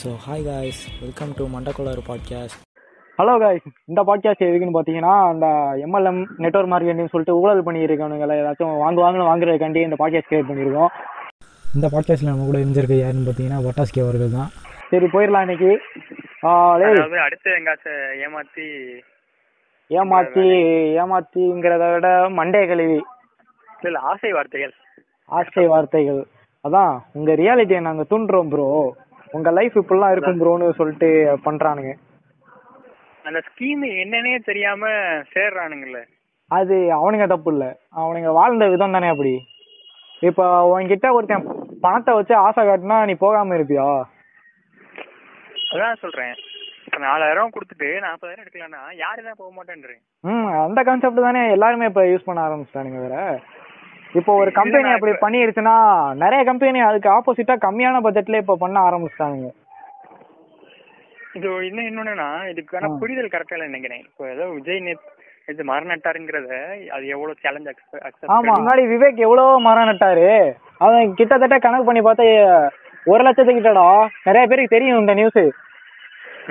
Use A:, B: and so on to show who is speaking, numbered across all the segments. A: So hi guys welcome to மண்டக்குளார் podcast
B: hello guys இந்த podcast எதுக்குன்னு பார்த்தீங்கன்னா அந்த எம்எல்எம் நெட்வொர்க் மார்க்கெட்டிங் சொல்லிட்டு ஊழல் பண்ணியிருக்கவனுங்களை ஏதாச்சும் வாங்கு வாங்கணும் வாங்குறதுக்காண்டி இந்த பாட்காஸ்ட் கிரியேட் பண்ணியிருக்கோம்
A: இந்த பாட்காஸ்ட்டில் நம்ம கூட இருந்திருக்க யாருன்னு பார்த்தீங்கன்னா பட்டாஸ் கே அவர்கள் தான்
B: சரி போயிடலாம் இன்னைக்கு ஆ, லே
C: அதாவது அடுத்து எங்காச்சும் ஏமாத்தி
B: ஏமாத்தி ஏமாத்திங்கிறத விட மண்டே கழுவி
C: இல்ல, இல்ல ஆசை வார்த்தைகள்
B: ஆசை வார்த்தைகள் அதான் உங்கள் ரியாலிட்டியை நாங்கள் தூண்டுறோம் ப்ரோ உங்கள் லைஃப் இப்படிலாம் இருக்கும் ப்ரோன்னு சொல்லிட்டு பண்ணுறானுங்க
C: அந்த ஸ்கீம் என்னன்னே தெரியாம சேர்றானுங்கல்ல
B: அது அவனுங்க தப்பு இல்லை அவனுங்க வாழ்ந்த விதம் தானே அப்படி இப்போ உன்கிட்ட ஒருத்தன் பணத்தை வச்சு ஆசை காட்டினா நீ போகாமல் இருப்பியா
C: அதான் சொல்றேன் இப்ப நாலாயிரம் கொடுத்துட்டு நாற்பதாயிரம் எடுக்கலாம்னா யாரு தான் போக மாட்டேன்றேன்
B: ம் அந்த கான்செப்ட் தானே எல்லாருமே இப்போ யூஸ் பண்ண ஆரம்பிச்சிட்டானுங்க வேற இப்போ ஒரு கம்பெனி
C: நான்
B: அப்படி
C: இப்ப-
B: பண்ணிருச்சுன்னா நிறைய கம்பெனி அதுக்கு ஆப்போசிட்டா கம்மியான பட்ஜெட்ல இப்போ பண்ண ஆரம்பிச்சிட்டானுங்க
C: இது இன்னும் இன்னொன்னுன்னா இதுக்கான
B: ஆ.
C: புரிதல் கரெக்டா இல்லை நினைக்கிறேன் இப்போ ஏதோ விஜய் நேத் இது மரணட்டாருங்கிறத அது எவ்வளவு சேலஞ்ச்
B: ஆமா
C: அக்செப்ட்
B: முன்னாடி விவேக் எவ்வளவோ மரம் நட்டாரு அவன் கிட்டத்தட்ட கணக்கு பண்ணி பார்த்தா ஒரு லட்சத்து கிட்டடா நிறைய பேருக்கு தெரியும் இந்த நியூஸ்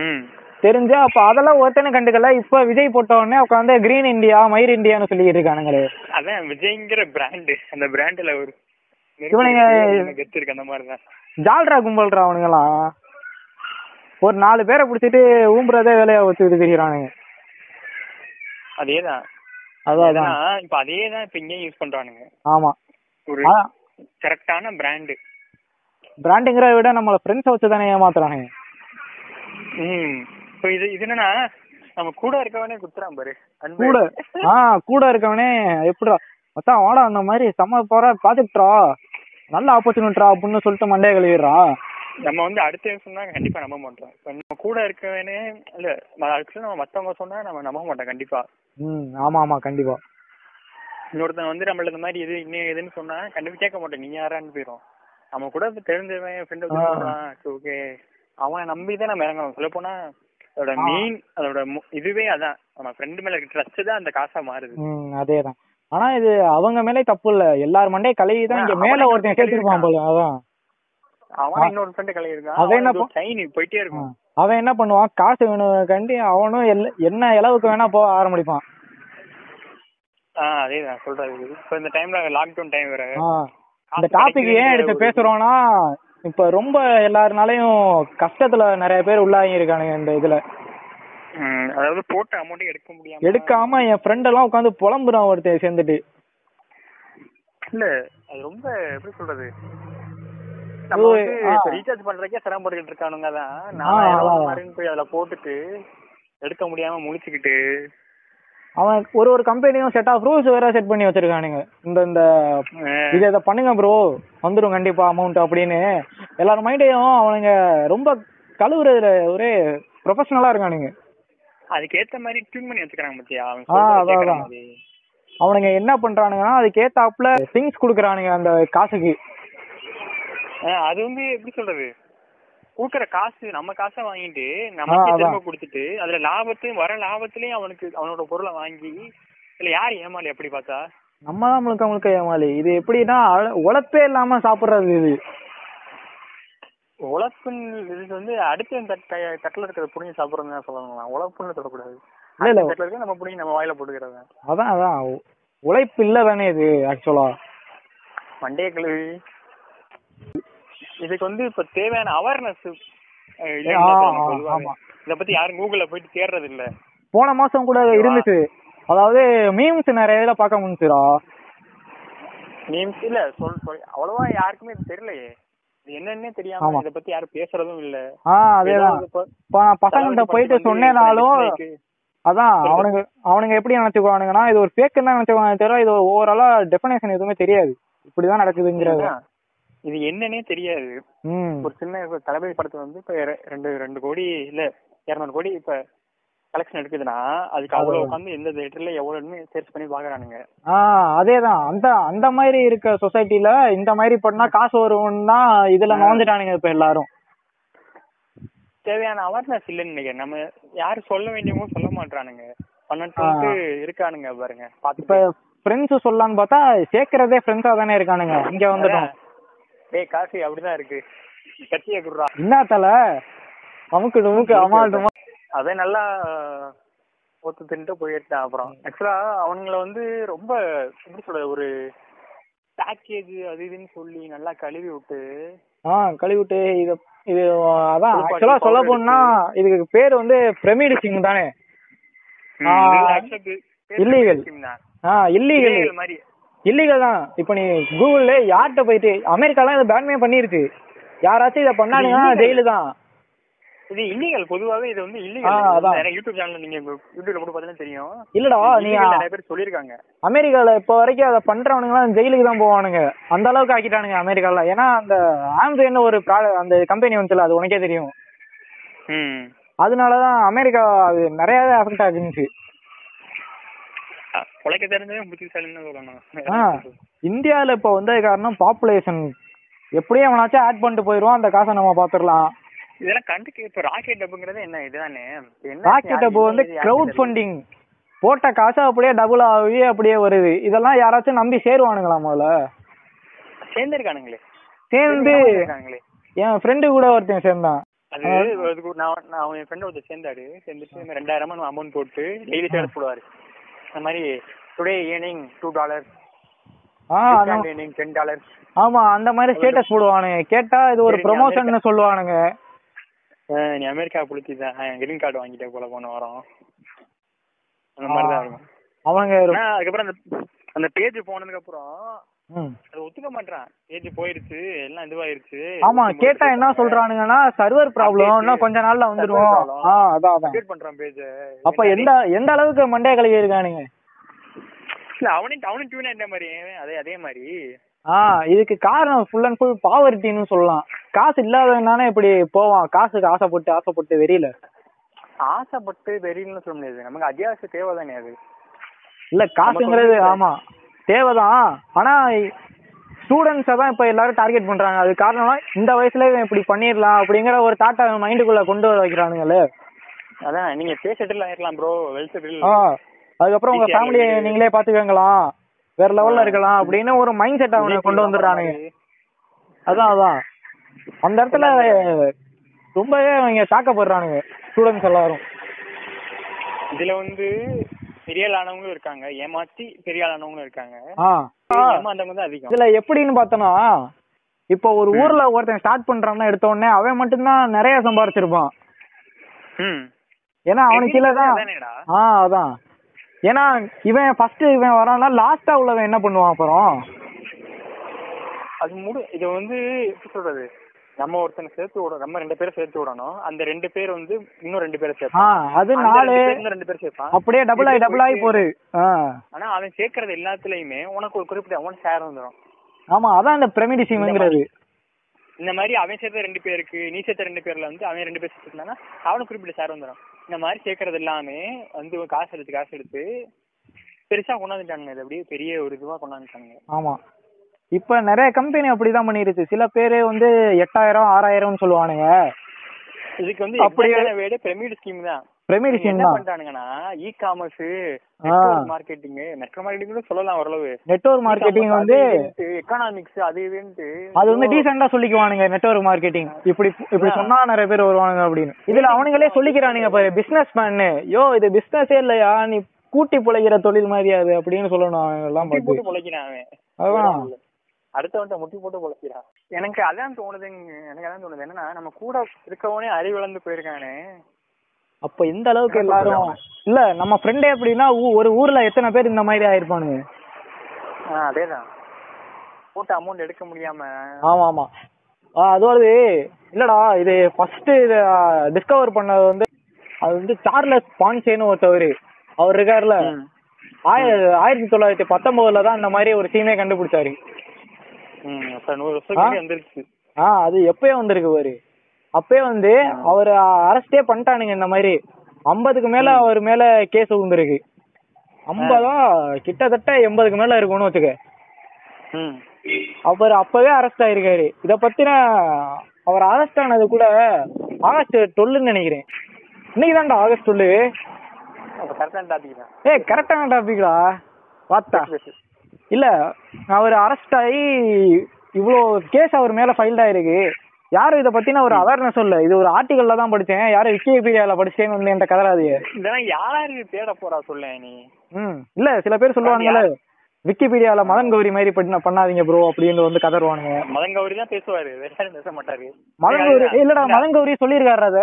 C: ம்
B: தெரிஞ்சு அப்ப அதெல்லாம் ஒருத்தனும் கண்டுக்கல இப்ப விஜய் போட்ட உடனே உட்காந்து கிரீன் இந்தியா மயிர் இந்தியான்னு சொல்லிட்டு இருக்கானுங்களே
C: அதான் விஜய்ங்கிற பிராண்டு அந்த பிராண்டுல ஒரு
B: இவனுங்க-
C: கெத்து இருக்கு அந்த மாதிரி தான்
B: ஜால்ரா கும்பல்றா அவனுங்களாம் ஒரு நாலு பேரை பிடிச்சிட்டு ஊம்புறதே வேலையா வச்சுக்கிட்டு திரியிறானுங்க
C: அதேதான்
B: அதான்
C: ஏன்னா,
B: அதான்
C: இப்ப அதேதான் இப்ப இங்கேயும் யூஸ் பண்றானுங்க
B: ஆமா
C: ஒரு
B: அதான்
C: கரெக்டான பிராண்டு
B: பிராண்டுங்கிறத விட நம்மள ஃப்ரெண்ட்ஸை வச்சு தானே ஏமாத்துறானுங்க
C: ம் இப்போ இது இது என்னன்னா நம்ம கூட இருக்கவனே குத்துறான் பாரு அன்பு.
B: கூட ஆ கூட இருக்கவனே எப்படிடா மச்சான் வாடா அந்த மாதிரி செம்ம போற பாத்துட்டுடா நல்ல ஆப்பர்ச்சுனிட்டா அப்படின்னு சொல்லிட்டு மண்டையை கழுவிடுறா
C: நம்ம வந்து அடுத்த சொன்னா கண்டிப்பா நம்ப மாட்டோம் இப்ப நம்ம கூட இருக்கவனே இல்ல ஆக்சுவலா நம்ம மத்தவங்க சொன்னா நம்ம நம்ப மாட்டோம் கண்டிப்பா
B: ம் ஆமா ஆமா கண்டிப்பா
C: இன்னொருத்தன் வந்து நம்மள இந்த மாதிரி இது இன்னும் இதுன்னு சொன்னா கண்டிப்பா கேட்க மாட்டோம் நீ யாரான்னு போயிடும் நம்ம கூட இப்ப தெரிஞ்சவன் ஃப்ரெண்ட்
B: ஆ.
C: வந்து ஓகே அவனை நம்பி தான் நம்ம இறங்கணும் சொல்ல போனா அதோட
B: ஆ.
C: மெயின் அதோட மு- இதுவே அதான் நம்ம ஃப்ரெண்டு மேல ட்ரஸ்ட் தான் அந்த காசா மாறுது
B: ம் அதேதான் ஆனா இது அவங்க மேலே தப்பு இல்ல எல்லார் மண்டையை கழுவி தான் இங்க
C: ஆ, அவனே
B: மேல ஒருத்தன் சேர்த்திருப்பான்
C: கழுவிருக்கான்.
B: போல அதான்
C: அவன்
B: ஆ.
C: இன்னொரு ஃப்ரெண்டு கலை
B: அவன் என்ன
C: இருக்கான்
B: ப-
C: சைன் போயிட்டே
B: ஆ.
C: இருக்கும்
B: அவன் என்ன பண்ணுவான் காசு வேணும் கண்டி அவனும் எல்ல- என்ன அளவுக்கு வேணா போக ஆரம்பிப்பான்
C: ஆ அதே நான் சொல்றது இப்போ இந்த டைம்ல லாக்டவுன் டைம் வேற
B: ஆ இந்த டாபிக் ஏன் எடுத்து பேசுறோம்னா இப்ப ரொம்ப எல்லாருனாலையும் கஷ்டத்துல நிறைய பேர் உள்ளாகி இருக்கானுங்க இந்த இதுல
C: ம், அதாவது போட்ட அமௌண்ட் எடுக்க முடியாம
B: எடுக்காம என் ஃப்ரெண்ட் எல்லாம் உட்காந்து புலம்புறான் ஒருத்தன் சேர்ந்துட்டு
C: இல்ல அது ரொம்ப எப்படி சொல்றது
B: ஓ,
C: நம்ம வந்து
B: ஆ.
C: ரீசார்ஜ் பண்றதுக்கே சிரமப்பட்டுக்கிட்டு இருக்கானுங்க தான்
B: ஆ, ஆ.
C: நாலாயிரம் மாதிரின்னு போய் அதுல போட்டுட்டு எடுக்க முடியாம முழிச்சுக்கிட்டு
B: அவன் ஒரு ஒரு கம்பெனியும் செட் ஆஃப் ரூல்ஸ் வேற செட் பண்ணி வச்சிருக்கானுங்க இந்த இந்த
C: அஹ்,
B: இதை இதை பண்ணுங்க ப்ரோ வந்துடும் கண்டிப்பா அமௌண்ட் அப்படின்னு எல்லார் மைண்டையும் அவனுங்க ரொம்ப கழுவுறதுல ஒரே ப்ரொஃபஷனலா இருக்கானுங்க
C: அதுக்கேத்த மாதிரி டியூன் பண்ணி வச்சுக்கிறாங்க பத்தியா அவன்
B: ஆ,
C: சொல்றத
B: அதான்,
C: கேக்குற
B: அதான்.
C: மாதிரி.
B: அவனுங்க என்ன பண்றானுங்கன்னா அதுக்கு ஏத்தாப்புல திங்ஸ் குடுக்குறானுங்க அந்த காசுக்கு
C: அஹ், அது வந்து எப்படி சொல்றது கொடுக்குற காசு நம்ம காசை வாங்கிட்டு
B: ஆ,
C: நமக்கு
B: அதான்.
C: திரும்ப கொடுத்துட்டு அதுல லாபத்தையும் வர லாபத்திலயும் அவனுக்கு அவனோட பொருளை வாங்கி இதுல யார் ஏமாளி அப்படி பார்த்தா
B: நம்ம தான் முழுக்க முழுக்க ஏமாளி இது எப்படின்னா அழ- உழைப்பே இல்லாம சாப்பிடுறது இது
C: உழப்புன்னு இது வந்து அடுத்த தட் க- தட்டுல இருக்கிறத புடிங்கி சாப்பிடுறதுன்னு தான் சொல்லணும் உழப்புன்னு சொல்லக்கூடாது
B: இல்ல, இல்ல.
C: அடுத்த தட்டுல இருக்கிறத நம்ம புடிங்கி நம்ம வாயில போட்டுக்கிறத
B: அதான் அதான் உ- உழைப்பு இல்ல தானே இது ஆக்சுவலா
C: மண்டைய கழுவி இதுக்கு வந்து இப்ப தேவையான அவேர்னஸ்
B: ஆ, ஆ, ஆமா.
C: இத பத்தி யாரும் கூகுள்ல போயிட்டு தேடுறது இல்ல
B: போன மாசம் கூட இருந்துச்சு அதாவது மீம்ஸ் நிறைய இதுல பார்க்க முடிஞ்சுடா
C: மீம்ஸ் இல்ல சொல் சொல் அவ்வளவா யாருக்குமே இது தெரியலையே இது என்னன்னே தெரியாம
B: ஆமா.
C: இத பத்தி யாரும் பேசுறதும் இல்ல
B: ஆஹ் அதேதான்
C: ஏதாவது இப்ப-
B: இப்ப நான் பசங்கள்கிட்ட
C: தளபதி
B: போயிட்டு
C: படத்துக்கு வந்து
B: சொன்னேனாலும்
C: dislike.
B: அதான் அவனுங்க அவனுங்க எப்படி நினைச்சுக்குவானுங்கன்னா இது ஒரு ஃபேக்குன்னு தான் நினைச்சுக்குவாங்க தவிர இது ஓவராலா டெஃபினேஷன் எதுவுமே தெரியாது இப்படிதான் நடக்குதுங்கிறது
C: ஏன்னா, இது என்னன்னே தெரியாது
B: ம்
C: ஒரு சின்ன இப்ப தளபதி படத்துல வந்து இப்ப ரெ- ரெண்டு ரெண்டு கோடி இல்ல இருநூறு கோடி இப்ப கலெக்ஷன் எடுக்குதுன்னா அதுக்கு அவ்வளவு உட்காந்து எந்த தேட்டர்ல எவ்வளவுன்னு சர்ச் பண்ணி பாக்குறானுங்க
B: ஆ அதேதான் அந்த அந்த மாதிரி இருக்க சொசைட்டில இந்த மாதிரி பண்ணா காசு வரும்னா இதுல நுழைஞ்சிட்டானுங்க இப்ப எல்லாரும்
C: தேவையான அவேர்னஸ் இல்லைன்னு நினைக்கிறேன் நம்ம யாரு சொல்ல வேண்டியவங்க சொல்ல மாட்டானுங்க பன்னெண்டு இருக்கானுங்க பாருங்க
B: இப்ப
C: பாத்து
B: ஃப்ரெண்ட்ஸ் சொல்லலாம்னு பார்த்தா சேர்க்கறதே ஃப்ரெண்ட்ஸா தானே இருக்கானுங்க இங்க வந்துட்டோம்
C: டேய் காசு அப்படிதான் இருக்கு கத்திய குடுறா
B: என்ன தல அமுக்கு துமுக்கு அமால் டுமா
C: அதே நல்லா ஒத்து தின்ட்டு போயிட்டான் அப்புறம் ஆக்சுவலா அவங்கள வந்து ரொம்ப எப்படி சொல்றது ஒரு பேக்கேஜ் அது இதுன்னு சொல்லி நல்லா கழுவி விட்டு
B: ஆ கழிவுட்டு இது இது அதான்
C: புதுப்பாட்டி
B: ஆக்சுவலா சொல்ல
C: powder
B: போனா இதுக்கு பேர் வந்து பிரமிடு சிங் தானே ஆ.
C: இதுல actual பே- பேர்
B: Illegal.
C: scheme தான்.
B: ஆ இல்லீகல்
C: Illegal மாதிரி
B: இல்லீகல் தான் இப்போ நீ கூகுள்ல யார்கிட்ட போயிட்டு அமெரிக்காலாம் இதை பேன்மே பண்ணிருக்கு யாராச்சும் இதை பண்ணானுங்கன்னா ஜெயிலு தான்
C: இது இல்லீகல் பொதுவாவே இது வந்து
B: ஆ,
C: இல்லீகல்
B: அதான்.
C: நிறைய யூடியூப் சேனல் நீங்க யூடியூப்ல கூட பார்த்தீங்கன்னா தெரியும்
B: இல்லடா நீ
C: illegal நிறைய பேர் சொல்லியிருக்காங்க
B: அமெரிக்கால இப்போ வரைக்கும் அதை பண்றவனுங்கலாம் ஜெயிலுக்கு தான் போவானுங்க அந்த அளவுக்கு ஆக்கிட்டானுங்க அமெரிக்கால ஏன்னா அந்த ஆம்சன் ஒரு ப்ராடக்ட் அந்த கம்பெனி வந்துல அது உனக்கே தெரியும்
C: ம்
B: அதனாலதான் அமெரிக்கா அது நிறைய அஃபெக்ட் ஆகுச்சு
C: உழைக்க தெரிஞ்சவன் புத்திசாலின்னு சொல்லணும்
B: ஆ இந்தியாவில் இப்போ வந்தது காரணம் பாப்புலேஷன் எப்படியும் அவனாச்சும் ஆட் பண்ணிட்டு போயிடுவான் அந்த காசை நம்ம பார்த்துடலாம்
C: இதெல்லாம் கண்டுக்கு இப்ப ராக்கெட் டப்புங்கிறது என்ன இதுதானே என்ன
B: ராக்கெட் அப்போ வந்து
C: இது யாருக்கு
B: க்ரௌட்
C: தெரியும்?
B: ஃபண்டிங் போட்ட காசை அப்படியே டபுள் ஆகி அப்படியே வருது இதெல்லாம் யாராச்சும் நம்பி சேருவானுங்களா முதல்ல
C: சேர்ந்திருக்கானுங்களே
B: சேர்ந்து
C: சேர்ந்திருக்கானுங்களே.
B: என் ஃப்ரெண்டு கூட ஒருத்தன் சேர்ந்தான்
C: அது அதுக்கு ஒரு- நான் நான் அவன் ஃப்ரெண்ட் ஒருத்தர் சேர்ந்தாரு சேர்ந்துட்டு ரெண்டாயிரமா நம்ம அமௌண்ட் போட்டு டெய்லி சேர் போடுவாரு இந்த மாதிரி டுடே ஏர்னிங் டூ டாலர்
B: ஆ அந்த
C: ஏர்னிங் டென் டாலர்
B: ஆமா அந்த மாதிரி ஸ்டேட்டஸ் போடுவானுங்க கேட்டா இது ஒரு
C: சரி, நீ
B: ப்ரொமோஷன் சொல்லுவானுங்க
C: நீ அமெரிக்கா புளிச்சிதான் கிரீன் கார்டு வாங்கிட்டே போல போன வாரம் அந்த மாதிரி தான் இருக்கும்
B: அவனுங்க ஒரு-
C: ஆனா, அதுக்கப்புறம் அந்த அந்த பேஜ் போனதுக்கு அப்புறம்
B: ம்.
C: அது ஒத்துக்க மாட்டான் பேஜ் போயிடுச்சு எல்லாம் இதுவாயிருச்சு
B: ஆமா கேட்டா என்ன சொல்றானுங்கன்னா சர்வர் ப்ராப்ளம் இன்னும் கொஞ்ச நாள்ல வந்துடும்
C: problem.
B: ஆ அதான் அதான்
C: அப்டேட் பண்றான் பேஜ்
B: அப்ப எந்த எந்த அளவுக்கு மண்டைய கழுவி இருக்கானுங்க
C: இல்ல அவனே அவனும் டியூன் ஆயிட்ட மாதிரி அதே அதே மாதிரி
B: ஆ இதுக்கு காரணம் ஃபுல் அண்ட் ஃபுல் பாவர்ட்டின்னு சொல்லலாம் காசு இல்லாதவனால இப்படி போவான் காசுக்கு ஆசைப்பட்டு ஆசைப்பட்டு வெறியில
C: ஆசைப்பட்டு வெறியல்னு சொல்ல முடியாது நமக்கு அத்தியாவசிய தேவை தானே அது
B: இல்ல காசுங்கிறது ஆமா தேவைதான் ஆனா ஸ்டூடெண்ட்ஸை தான் இப்போ எல்லாரும் டார்கெட் பண்றாங்க அது காரணம்னா இந்த வயசுல இவன் இப்படி பண்ணிடலாம் அப்படிங்கிற ஒரு தாட்டை மைண்டுக்குள்ள கொண்டு வர வைக்கிறானுங்களே
C: அதான் நீங்க பே செட்டில் ஆயிடலாம் ப்ரோ வெல் செட்டில்
B: ஆ அதுக்கப்புறம் உங்க
C: Easy ஆ
B: ஃபேமிலியை
C: இருக்குது.
B: நீங்களே பாத்துக்கங்களாம் வேற லெவல்ல இருக்கலாம் அப்படின்னு ஒரு மைண்ட் செட் அவனை கொண்டு வந்துடுறானுங்க அதான் அதான் அந்த இடத்துல ரொம்பவே அவங்க தாக்கப்படுறானுங்க ஸ்டூடெண்ட்ஸ் எல்லாரும்
C: இதுல வந்து பெரிய ஆள் ஆனவங்களும் இருக்காங்க ஏமாத்தி பெரிய ஆள் ஆனவங்களும் இருக்காங்க
B: ஆ
C: ஏமாந்தவங்க தான் அதிகம்
B: இதுல எப்படின்னு பார்த்தோன்னா இப்போ ஒரு ஊர்ல ஒருத்தன் ஸ்டார்ட் பண்றான்னா எடுத்த உடனே அவன் மட்டும்தான் நிறைய சம்பாரிச்சிருப்பான்
C: ம்
B: ஏன்னா அவனுக்கு கீழே தான்
C: அதானேடா.
B: ஆ அதான் ஏன்னா இவன் ஃபர்ஸ்ட் இவன் வரான்னா லாஸ்டா உள்ளவன் என்ன பண்ணுவான் அப்புறம்
C: அது முடி இது வந்து எப்படி சொல்றது நம்ம ஒருத்தனை சேர்த்து விட நம்ம ரெண்டு பேரும் சேர்த்து விடணும் அந்த ரெண்டு பேர் வந்து இன்னும் ரெண்டு பேரை சேர்ப்பான்
B: ஆ அது
C: அந்த ரெண்டு
B: நாலு
C: பேர் இன்னும் ரெண்டு பேர் சேர்ப்பான்
B: அப்படியே டபுள் ஆகி டபுள் ஆகி போகுது ஆ
C: ஆனா அவன் சேர்க்கறது எல்லாத்துலயுமே உனக்கு ஒரு குறிப்பிட்ட அவன் ஷேர் வந்துடும்
B: ஆமா அதான் அந்த பிரமிடிசிம்ங்கிறது
C: இந்த மாதிரி அவன் சேர்த்த ரெண்டு பேருக்கு நீ சேர்த்த ரெண்டு பேர்ல வந்து அவன் ரெண்டு பேர் சேர்த்துனா அவனுக்கு குறிப்பிட்ட ஷேர் வந்துடும் இந்த மாதிரி சேர்க்கறது எல்லாமே வந்து இவன் காசு எடுத்து காசு எடுத்து பெருசா கொண்டாந்துட்டாங்க இது அப்படியே பெரிய ஒரு இதுவா கொண்டாந்துட்டாங்க
B: ஆமா இப்ப நிறைய கம்பெனி அப்படிதான் பண்ணிருச்சு சில பேரு வந்து எட்டாயிரம் ஆறாயிரம்னு சொல்லுவானுங்க
C: இதுக்கு வந்து
B: அப்படியே-
C: அப்படியே வேட பிரமிட் ஸ்கீம் தான் இவங்க
B: பிரமிடிசிம்
C: என்ன
B: தான்
C: பண்ணிட்டானுங்கன்னா இ காமர்ஸ்
B: ஆ
C: மார்க்கெட்டிங் நெட்வொர்க் மார்க்கெட்டிங் கூட சொல்லலாம் ஓரளவு
B: நெட்வொர்க் மார்க்கெட்டிங் வந்து
C: எக்கனாமிக்ஸ் அது இதுன்ட்டு
B: அது வந்து டீசெண்டா சொல்லிக்குவானுங்க நெட்வொர்க் மார்க்கெட்டிங் இப்படி இப்படி சொன்னா நிறைய பேர் வருவானுங்க அப்படின்னு இதுல அவனுங்களே சொல்லிக்கிறானுங்க பாரு பிசினஸ் மேன் யோ இது பிசினஸே இல்லையா நீ கூட்டி பிழைக்கிற தொழில் மாதிரியா அது அப்படின்னு சொல்லணும் அவங்க எல்லாம்
C: முட்டி
B: பார்த்து
C: போட்டு பொழைக்கிறான் அவன்
B: அதான்
C: அடுத்தவன்ட்ட முட்டி போட்டு பொழைக்கிறான் எனக்கு அதான் தோணுதுங்க எனக்கு அதான் தோணுது என்னன்னா நம்ம கூட இருக்கவனே அறிவிழந்து போயிருக்கானே
B: அப்ப எந்த அளவுக்கு எல்லாரும் இல்ல நம்ம ஃப்ரெண்டே எப்படின்னா ஊ- ஒரு ஊர்ல எத்தனை பேர் இந்த மாதிரி ஆயிருப்பானுங்க
C: ஆ, அதேதான் போட்ட அமௌண்ட் எடுக்க முடியாம
B: ஆமா ஆமா ஆ, அதாவது இல்லடா இது ஃபர்ஸ்ட் இத டிஸ்கவர் பண்ணது வந்து அது வந்து சார்லஸ் பான்சேன்னு ஒருத்தவர் அவர் இருக்காருல்ல
C: ம்.
B: ஆய- ஆயிரத்தி தொள்ளாயிரத்தி பத்தொன்பதுல தான் இந்த மாதிரி ஒரு சீமே கண்டுபிடிச்சாரு
C: ம், அப்ப நூறு வருஷத்துக்கு வந்துருச்சு
B: ஆ அது எப்பயோ வந்திருக்கு பாரு அப்பயே வந்து அவர் அரஸ்டே பண்ணிட்டானுங்க இந்த மாதிரி ஐம்பதுக்கு மேல அவர் மேல கேஸ் விழுந்திருக்கு ஐம்பதா கிட்டத்தட்ட எண்பதுக்கு மேல இருக்கும்னு வச்சுக்க
C: ம்
B: அவர் அப்பவே அரெஸ்ட் ஆயிருக்காரு இத பத்தின அவர் அரெஸ்ட் ஆனது கூட ஆகஸ்ட் டுவெல்லுன்னு நினைக்கிறேன் இன்னைக்கு தான்டா ஆகஸ்ட் டுவெல்லு
C: அப்ப கரெக்டான டாபிக் தான்
B: ஏய் கரெக்டான டாபிக்டா பார்த்தா
C: பேசு.
B: இல்ல அவர் அரெஸ்ட் ஆகி இவ்வளோ கேஸ் அவர் மேல ஃபைல்ட் ஆயிருக்கு யாரும் இதை பத்தின ஒரு அவேர்னஸ் இல்ல இது ஒரு ஆர்டிகல்ல தான் படிச்சேன் யாரும் விக்கிபீடியால படிச்சேன்னு வந்து என்கிட்ட கதறாதீங்க
C: இதெல்லாம் யாராரு தேட போறா சொல்ல நீ
B: ம் இல்ல சில பேர் சொல்லுவாங்கல்ல விக்கிபீடியால மதன் கௌரி மாதிரி பண்ண- பண்ணாதீங்க ப்ரோ அப்படின்னு வந்து கதறுவானுங்க
C: மதன் கௌரி தான் பேசுவாரு வேற யாரும் பேச மாட்டாரு
B: மதன் கௌரி
C: அதான்,
B: இல்லடா மதன் கௌரி சொல்லியிருக்காரு அத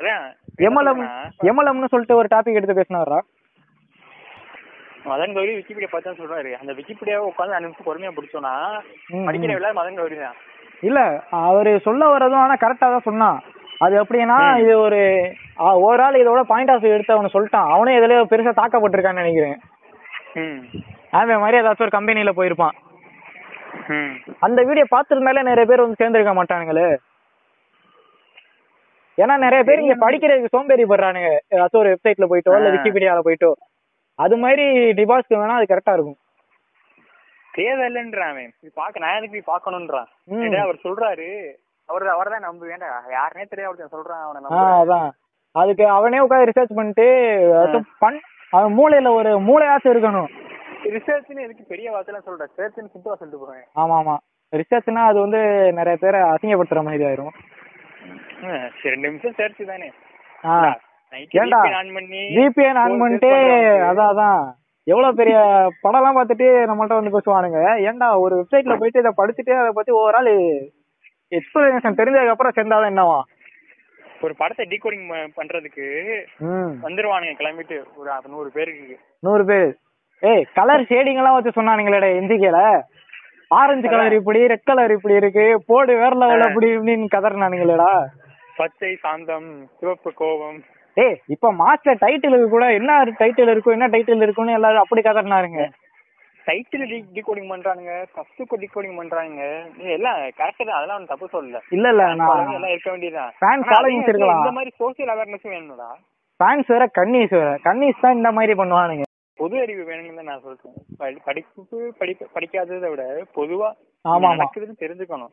C: அதான்,
B: எம்எல்எம்
C: என்ன சொல்றேன்னா,
B: எம்எல்எம்னு சொல்லிட்டு ஒரு டாபிக் எடுத்து பேசினாரா
C: மதன் கௌரி விக்கிபீடியா பார்த்து தான் சொல்றாரு அந்த விக்கிபீடியாவை உட்காந்து அஞ்சு நிமிஷம் பொறுமையா பிடிச்சோம்னா
B: ம்,
C: படிக்கிற எல்லாரும் மதன் கௌரி தான்
B: இல்ல அவரு சொல்ல வர்றதும் ஆனா கரெக்டா தான் சொன்னான் அது எப்படின்னா இது ஒரு ஓவரால் இதோட பாயிண்ட் ஆஃப் எடுத்து அவனு சொல்லிட்டான் அவனே இதுல பெருசா தாக்கப்பட்டிருக்கான்னு நினைக்கிறேன்
C: ம்
B: அவன் மாதிரி ஏதாச்சும் ஒரு கம்பெனில போயிருப்பான்
C: ம்
B: அந்த வீடியோ பார்த்திருந்தாலே நிறைய பேர் வந்து சேர்ந்திருக்க மாட்டானுங்களே ஏன்னா நிறைய பேர் இங்க படிக்கிறதுக்கு சோம்பேறி படுறானுங்க ஏதாச்சும் ஒரு வெப்சைட்ல போயிட்டோ இல்ல
C: ஆ.
B: விக்கிபீடியால போயிட்டோ அது மாதிரி டிபாஸ்க்கு வேணா அது கரெக்டா இருக்கும்
C: தேவையில்லைன்றான் அவன் இது பார்க்க நான் எதுக்கு போய் பார்க்கணுன்றான்
B: ம்.
C: ஏடா, அவர் சொல்றாரு அவர் அவர்தான் தான் நம்புவேன்டா யாருனே தெரியாது ஒருத்தன் சொல்றான் அவனை
B: ஆ,
C: நம்ப
B: அதான் அதுக்கு அவனே உட்காந்து ரிசர்ச் பண்ணிட்டு ஏதாச்சும் பண் அவன் மூளையில ஒரு மூளையாச்சும் இருக்கணும்
C: ரிசர்ச்னு எதுக்கு பெரிய வார்த்தைலாம் சொல்ற ரிசர்ச்னு சிம்பிளா சொல்லிட்டு போறேன்
B: ஆமா ஆமா ரிசர்ச்னா அது வந்து நிறைய பேரை அசிங்கப்படுத்துற மாதிரி ஆயிரும்
C: ம், சரி, ரெண்டு நிமிஷம் சர்ச் தானே
B: ஆ
C: நைட்
B: ஏன்டா
C: ஆன் பண்ணி
B: ஜிபிஎன் ஆன்
C: phone
B: பண்ணிட்டு
C: search பண்றவனுக்கு.
B: அதான் அதான் எவ்வளவு பெரிய படம்லாம் பார்த்துட்டு நம்மள்ட்ட வந்து பேசுவானுங்க ஏன்டா ஒரு வெப்சைட்ல போயிட்டு இதை படிச்சுட்டு அதை பத்தி ஓவரால் எக்ஸ்பிளனேஷன் தெரிஞ்சதுக்கு அப்புறம் சேர்ந்தாதான் என்னவா
C: ஒரு படத்தை டிகோடிங் பண்றதுக்கு
B: ம்
C: வந்துருவானுங்க கிளம்பிட்டு ஒரு அப்ப நூறு பேருக்கு
B: நூறு பேர் ஏய் கலர் ஷேடிங் எல்லாம் வச்சு சொன்னானுங்களேடா எஞ்சிக்கையில ஆரஞ்சு கலர் இப்படி ரெட் கலர் இப்படி இருக்கு போடு வேற லெவல் அப்படி இப்படின்னு கதறினானுங்களேடா
C: பச்சை சாந்தம் சிவப்பு கோபம்
B: ஏய் இப்ப மாஸ்டர் டைட்டிலுக்கு கூட என்ன டைட்டில் இருக்கும் என்ன டைட்டில் இருக்கும்னு எல்லாரும் அப்படி கதறினாருங்க
C: டைட்டில் டிகோடிங் பண்றானுங்க ஃபர்ஸ்ட்டுக்கு டிகோடிங் பண்றாங்க இது எல்லாம் கரெக்ட் தான் அதெல்லாம் ஒன்றும் தப்பு சொல்லல
B: இல்ல இல்ல நான்
C: எல்லாம் இருக்க வேண்டியதுதான்
B: Fan
C: ஆனா
B: followings
C: அதே நேரத்துல
B: இருக்கலாம்.
C: இந்த மாதிரி சோசியல் அவேர்னஸும் வேணும்டா
B: ஃபேன்ஸ் வேற கன்னிஸ் வேற கன்னிஸ் தான் இந்த மாதிரி பண்ணுவானுங்க
C: பொது அறிவு வேணும்னு தான் நான் சொல்றேன் படி- படிப்பு படிப்பு படிக்காததை விட பொதுவா
B: ஆமா, ஆமா.
C: நடக்குதுன்னு தெரிஞ்சுக்கணும்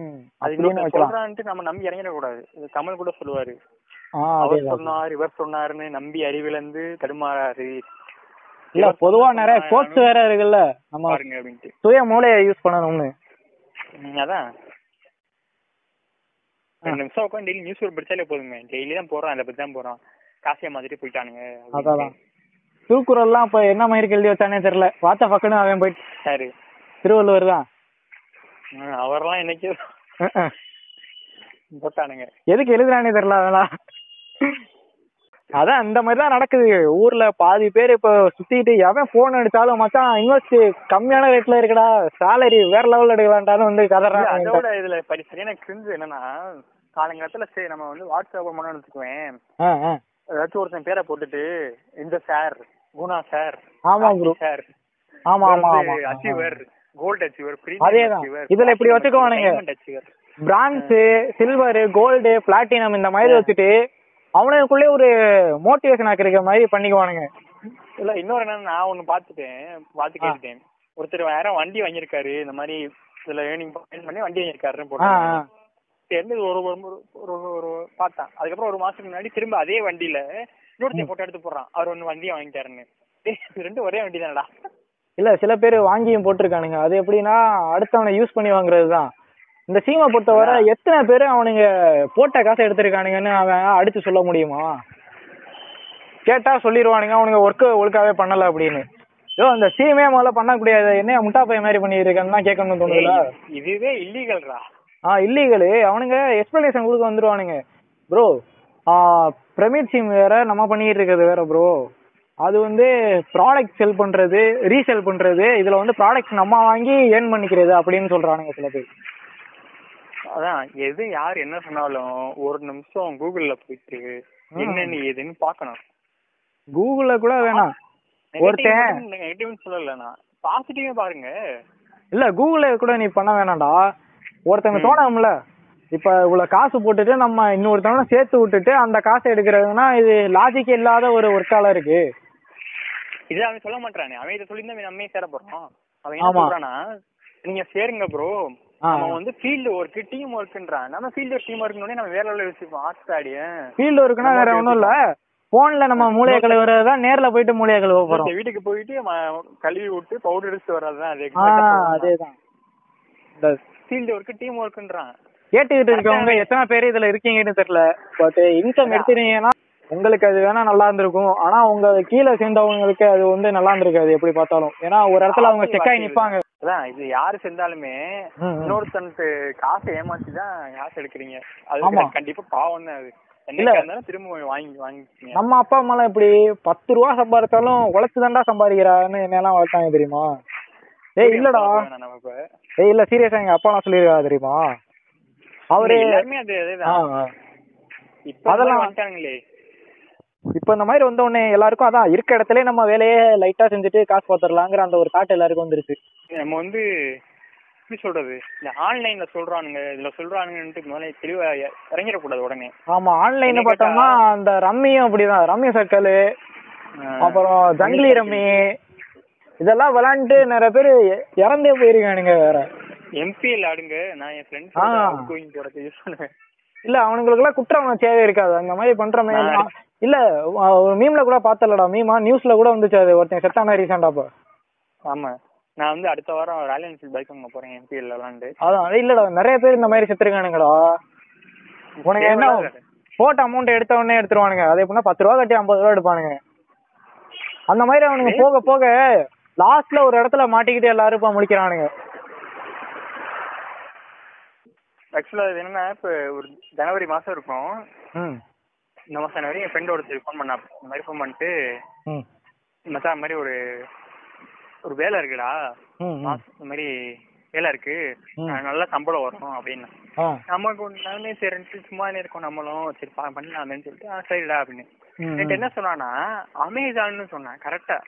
B: ம்,
C: அது
B: அப்படின்னு
C: இன்னொருத்தன்
B: வைக்கலாம்
C: சொல்றான்ட்டு நம்ம நம்பி இறங்கிடக்கூடாது இது கமல் கூட சொல்லுவாரு
B: ஆ
C: அவர்
B: அதேதான்
C: சொன்னார் இவர் சொன்னாருன்னு நம்பி அறிவிழந்து தடுமாறாரு
B: இல்ல பொதுவா நிறைய கோட்ஸ் வேற இருக்குல்ல நம்ம
C: பாருங்க அப்படின்ட்டு
B: சுய மூளையை யூஸ் பண்ணணும்னு
C: ம், அதான் ரெண்டு நிமிஷம் உட்காந்து டெய்லி நியூஸ் பேப்பர் படிச்சாலே போதுங்க டெய்லி தான் போறோம் அதை பத்தி தான் போறோம் காசியை மாதிரிட்டு போயிட்டானுங்க அப்படின்ட்டு.
B: அதான் திருக்குறள்லாம் இப்ப என்ன மாதிரி எழுதி வச்சானே தெரியல வாத்த பக்கன்னு அவன் போயிட்டு
C: சரி
B: திருவள்ளுவர் தான்
C: ம், அவரெல்லாம் இன்னைக்கு
B: அஹ் அஹ்.
C: போட்டானுங்க
B: எதுக்கு எழுதுறானே தெரியல அவன்லாம் அதான் இந்த மாதிரி தான் நடக்குது ஊர்ல பாதி பேர் இப்ப சுத்திட்டு எவன் போன் அடிச்சாலும் மச்சான் இன்வெஸ்ட் கம்மியான ரேட்ல இருக்குடா சேலரி வேற லெவல்ல எடுக்கலான்டாலும் வந்து
C: இல்ல,
B: கதறான்
C: அதோட இதுல படி சரியான கிரிஞ்சு என்னன்னா காலங்காலத்துல சரி நம்ம வந்து வாட்ஸ்அப் ஓபன் பண்ணணும்னு வச்சுக்குவேன்
B: ஆ, ஆ.
C: ஏதாச்சும் ஒருத்தன் பேரை போட்டுட்டு இந்த சார் குணா சார்
B: ஆமா bro.
C: சார்
B: ஆமா ஆமா ஆமா
C: அச்சீவர் கோல்ட் அச்சீவர்
B: அதேதான். இதுல இப்படி வச்சுக்குவானுங்க. பிரான்ஸ் சில்வர் கோல்டு பிளாட்டினம் இந்த மாதிரி வச்சுட்டு அவனுக்குள்ளே ஒரு மோட்டிவேஷன் ஆக்கிருக்க மாதிரி பண்ணிக்குவானுங்க
C: இல்ல இன்னொரு என்ன நான் ஒண்ணு பாத்துட்டேன் பாத்து கேட்டுட்டேன் ஒருத்தர் யாரும் வண்டி வாங்கியிருக்காரு இந்த மாதிரி இதுல ஏர்னிங் பண்ணி வண்டி வாங்கியிருக்காருன்னு
B: ஆ,
C: போட்டாங்க
B: ஆ.
C: சேர்ந்து ஒரு ஒரு ஒரு- ஒரு ஒரு- ஒரு பார்த்தான் அதுக்கப்புறம் ஒரு மாசத்துக்கு முன்னாடி திரும்ப அதே வண்டியில இன்னொருத்தன் போட்டோ எடுத்து போடுறான் அவர் ஒண்ணு வண்டியை வாங்கிட்டாருன்னு டேய், இது ரெண்டும் ஒரே வண்டி தானடா
B: இல்ல சில பேர் வாங்கியும் போட்டிருக்கானுங்க அது எப்படின்னா அடுத்தவனை யூஸ் பண்ணி வாங்குறதுதான் இந்த சீமை பொறுத்தவரை எத்தனை பேர் அவனுங்க போட்ட காசை எடுத்திருக்கானுங்கன்னு அவன் அடிச்சு சொல்ல முடியுமா கேட்டா சொல்லிடுவானுங்க அவனுங்க ஒர்க்கு ஒழுக்காவே பண்ணல அப்படின்னு யோ அந்த சீமே முதல்ல பண்ணக்கூடாது என்ன முட்டா பையன் மாதிரி பண்ணியிருக்கான்னு தான் கேட்கணும்னு தோணுதுல
C: ஏய், இதுவே இல்லீகல்ரா
B: ஆ இல்லீகலு அவனுங்க எக்ஸ்பிளனேஷன் கொடுக்க வந்துருவானுங்க ப்ரோ ஆ பிரமிட் சிம் வேற நம்ம பண்ணிட்டு இருக்கிறது வேற ப்ரோ அது வந்து ப்ராடக்ட் செல் பண்றது ரீசெல் பண்றது இதுல வந்து ப்ராடக்ட் நம்ம வாங்கி ஏர்ன் பண்ணிக்கிறது அப்படின்னு சொல்றானுங்க சில பேர்
C: அதான் எது யார் என்ன சொன்னாலும் ஒரு நிமிஷம் கூகுள்ல போயிட்டு என்னன்னு ஏதுன்னு பார்க்கணும்
B: கூகுள்ல கூட வேணாம் ஒருத்தன்
C: நெகட்டிவ் சொல்லல நான் பாசிட்டிவே பாருங்க
B: இல்ல கூகுள்ல கூட நீ பண்ண வேணாம்டா ஒருத்தங்க தோணாமல இப்ப இவ்வளவு காசு போட்டுட்டு நம்ம இன்னொருத்தவன சேர்த்து விட்டுட்டு அந்த காசை எடுக்கிறதுனா இது லாஜிக் இல்லாத ஒரு ஒர்க்கால இருக்கு
C: இது அவன் சொல்ல மாட்டானே அவன் இதை சொல்லி தான் நம்மையே சேர போறோம் அவன் என்ன
B: ஆமா.
C: சொல்றானா நீங்க சேருங்க ப்ரோ
B: ஆ.
C: அவன் வந்து ஃபீல்டு ஒர்க் டீம் ஒர்க்ன்றான் நம்ம ஃபீல்டு ஒர்க் டீம் ஒர்க்னு நம்ம வேற லெவலில் வச்சுப்போம் ஆஸ்திரேலிய
B: ஃபீல்டு ஒர்க்குனா வேற ஒன்றும் இல்ல போன்ல நம்ம மூளையை கழுவுறது தான் நேர்ல போயிட்டு மூளையை கழுவ போறோம்
C: வீட்டுக்கு போயிட்டு ம- கழுவி விட்டு பவுடர் எடுத்து வர்றதுதான்
B: ஆ
C: அது
B: அதேதான் இந்த
C: ஃபீல்டு ஒர்க் டீம் ஒர்க்ன்றான்
B: கேட்டுக்கிட்டு இருக்கவங்க எத்தனை பேர் இதுல இருக்கீங்கன்னு தெரியல பட் இன்கம் எடுத்துட்டீங்கன்னா உங்களுக்கு அது வேணா நல்லா இருந்திருக்கும் ஆனா உங்க கீழே சேர்ந்தவங்களுக்கு அது வந்து நல்லா இருந்திருக்காது எப்படி பார்த்தாலும் ஏன்னா ஒரு இடத்துல அவங்க செக் ஆகி நிப்பாங்க
C: அதான் இது யாரு செஞ்சாலுமே
B: ம், ம்.
C: இன்னொருத்தனுக்கு காசை ஏமாத்தி தான் காசு எடுக்கிறீங்க
B: ஆமா.
C: அது கண்டிப்பா பாவம் தான் அது
B: இல்ல.
C: என்னைக்கா இருந்தாலும் திரும்ப வாங்கி வாங்கிக்கீங்க
B: நம்ம அப்பா அம்மாலாம் இப்படி பத்து ரூபா சம்பாதிச்சாலும் உழைச்சு தாண்டா சம்பாதிக்கிறான்னு என்னெல்லாம் வளர்த்தாங்க தெரியுமா ஏய் இல்லடா
C: நம்ம இப்ப
B: ஏய் இல்ல சீரியஸா எங்க அப்பா நான் சொல்லியிருக்காரு தெரியுமா அவரு
C: எல்லாருமே அது
B: ஆ,
C: அதேதான்
B: ஆ.
C: இப்ப
B: அதெல்லாம்
C: அதெல்லாம் வந்துட்டாங்களே
B: இப்போ இந்த மாதிரி வந்த உடனே எல்லாருக்கும் அதான் இருக்க இடத்துல நம்ம வேலையே லைட்டா செஞ்சுட்டு காசு பாத்துரலாங்கிற அந்த ஒரு தாட் எல்லாருக்கும் வந்துருச்சு
C: நம்ம வந்து எப்படி சொல்றது இந்த ஆன்லைன்ல சொல்றானுங்க இதுல சொல்றானுங்கன்ட்டு முதல்ல தெளிவா இ- இறங்கிடக்கூடாது உடனே
B: ஆமா ஆன்லைன்
C: என்ன
B: பார்த்தோம்னா அந்த ரம்மியும் அப்படிதான் ரம்மி சர்க்கிள்
C: ஆஹ்
B: அப்புறம் ஜங்கிலி ரம்மி இதெல்லாம் விளையாண்டு நிறைய பேர் இறந்தே போயிருக்கானுங்க வேற
C: எம்பிஎல் ஆடுங்க நான் என் ஃப்ரெண்ட்ஸ்
B: ஆ.
C: கோயிங் போறதுக்கு யூஸ் பண்ணுவேன்
B: இல்ல அவனுங்களுக்கு எல்லாம் குற்ற உணர்ச்சியாவே இருக்காது அந்த மாதிரி பண்றமே
C: நான்
B: நான்- இல்ல அஹ், ஒரு மீம்ல கூட பார்த்தலடா மீமா நியூஸ்ல கூட வந்துச்சு அது ஒருத்தன் செத்தான ரீசெண்டாப்ப
C: ஆமா நான் வந்து அடுத்த வாரம் ராயல் என்ஃபீல்ட் பைக் வாங்க போறேன் எம்பிஎல் விளாண்டு
B: அதான் இல்லடா நிறைய பேர் இந்த மாதிரி செத்துருக்கானுங்கடா உனக்கு என்ன போட்ட அமௌண்ட் எடுத்த உடனே எடுத்துருவானுங்க அது எப்படின்னா பத்து ரூபா கட்டி ஐம்பது ரூபா எடுப்பானுங்க அந்த மாதிரி அவனுங்க போக போக லாஸ்ட்ல ஒரு இடத்துல மாட்டிக்கிட்டு எல்லாரும் இப்ப முடிக்கிறானுங்க
C: ஆக்சுவலா அது என்னன்னா இப்ப ஒரு ஜனவரி மாசம் இருக்கும்
B: ம்
C: இந்த மாசம் ஜனவரி என் ஃப்ரெண்ட் ஒருத்தர் ஃபோன் பண்ணா இந்த மாதிரி ஃபோன் பண்ணிட்டு
B: ம்
C: மச்சான் இந்த மாதிரி ஒரு ஒரு வேலை இருக்குடா
B: ம், ம்.
C: மாசம் இந்த மாதிரி வேலை இருக்கு
B: ம்.
C: அஹ் நல்லா சம்பளம் வரும் அப்படின்னு
B: ஆ
C: நமக்கு ஒன்று நானே சரின்ட்டு சும்மானே இருக்கோம் நம்மளும் சரி பா பண்ணலாமேன்னு சொல்லிட்டு ஆ சரிடா அப்படின்னு
B: ம்,
C: எனக்கு
B: ம்.
C: என்ன சொன்னான்னா அமேசான்னு சொன்னேன் கரெக்டா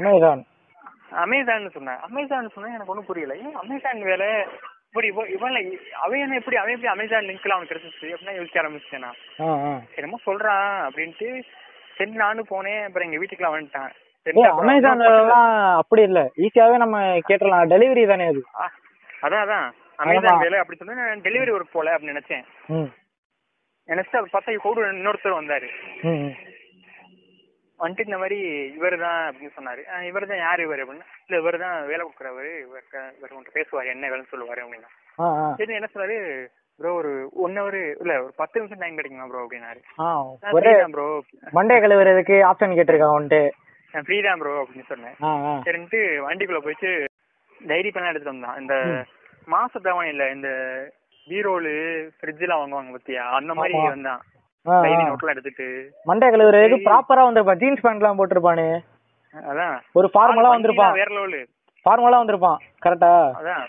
B: அமேசான்
C: அமேசான்னு சொன்னேன் அமேசான் சொன்னா எனக்கு ஒன்றும் புரியல ஏன் அமேசான் வேலை இப்படி இவ- இவன்ல அவன் என்ன எப்படி அவன் எப்படி அமேசான் லிங்க்ல அவனுக்கு கிடைச்சிச்சு அப்படின்னா யோசிக்க ஆரம்பிச்சேன் நான்
B: ஆ ஆ
C: என்னமோ சொல்றான் அப்படின்ட்டு சரி நானும் போனேன் அப்புறம் எங்க வீட்டுக்குலாம் வந்துட்டான்
B: ஏய்,
C: சரி, அப்புறம்
B: அமேசான்ல எல்லாம் அப்படி இல்ல ஈஸியாவே நம்ம கேட்டலாம் டெலிவரி தானே அது
C: ஆ, அதான் அதான் அமேசான்
B: ஆமா.
C: வேலை அப்படி சொன்னா நான் டெலிவரி ஒர்க் போல அப்படின்னு நினைச்சேன்
B: ம்
C: நினைச்சிட்டு அதை பார்த்தா கூட இன்னொருத்தர் வந்தாரு
B: ம் ம்.
C: வந்துட்டு இந்த மாதிரி இவர் தான் அப்படின்னு சொன்னாரு இவர் தான் யார் இவர் அப்படின்னு இல்ல இவர் தான் வேலை கொடுக்குறவர் இவர் இவர் உன்கிட்ட பேசுவார் என்ன வேலைன்னு சொல்லுவாரு அப்படின்னா
B: ஆ ஆ
C: சரி என்ன சொன்னாரு ப்ரோ ஒரு ஒன் ஹவர் இல்ல ஒரு பத்து நிமிஷம் டைம் கிடைக்குமா ப்ரோ அப்படின்னாரு
B: ஆ ஒரே
C: ப்ரோ
B: மண்டே கழுவுறதுக்கு ஆப்ஷன் கேட்டிருக்கான் வந்துட்டு
C: நான் ஃப்ரீ தான் ப்ரோ அப்படின்னு சொன்னேன்
B: ஆ ஆ
C: சரின்ட்டு வண்டிக்குள்ள போயிட்டு டைரி பண்ணலாம் எடுத்துட்டு வந்தான் இந்த மாச தவணை இல்ல இந்த பீரோலு ஃப்ரிட்ஜ் எல்லாம் வாங்குவாங்க பத்தியா அந்த மாதிரி
B: ஆமா.
C: வந்தான்
B: ஆ, ஆ.
C: டைரி நோட்லாம் எடுத்துட்டு
B: மண்டே கழுவுறதுக்கு ப்ராப்பரா வந்திருப்பான் ஜீன்ஸ் பேண்ட் எல்லாம் போட்டிருப்பானு
C: அதான்
B: ஒரு ஃபார்மலா வந்திருப்பான்
C: வேற லெவலு
B: ஃபார்மலா வந்திருப்பான் கரெக்டா
C: அதான்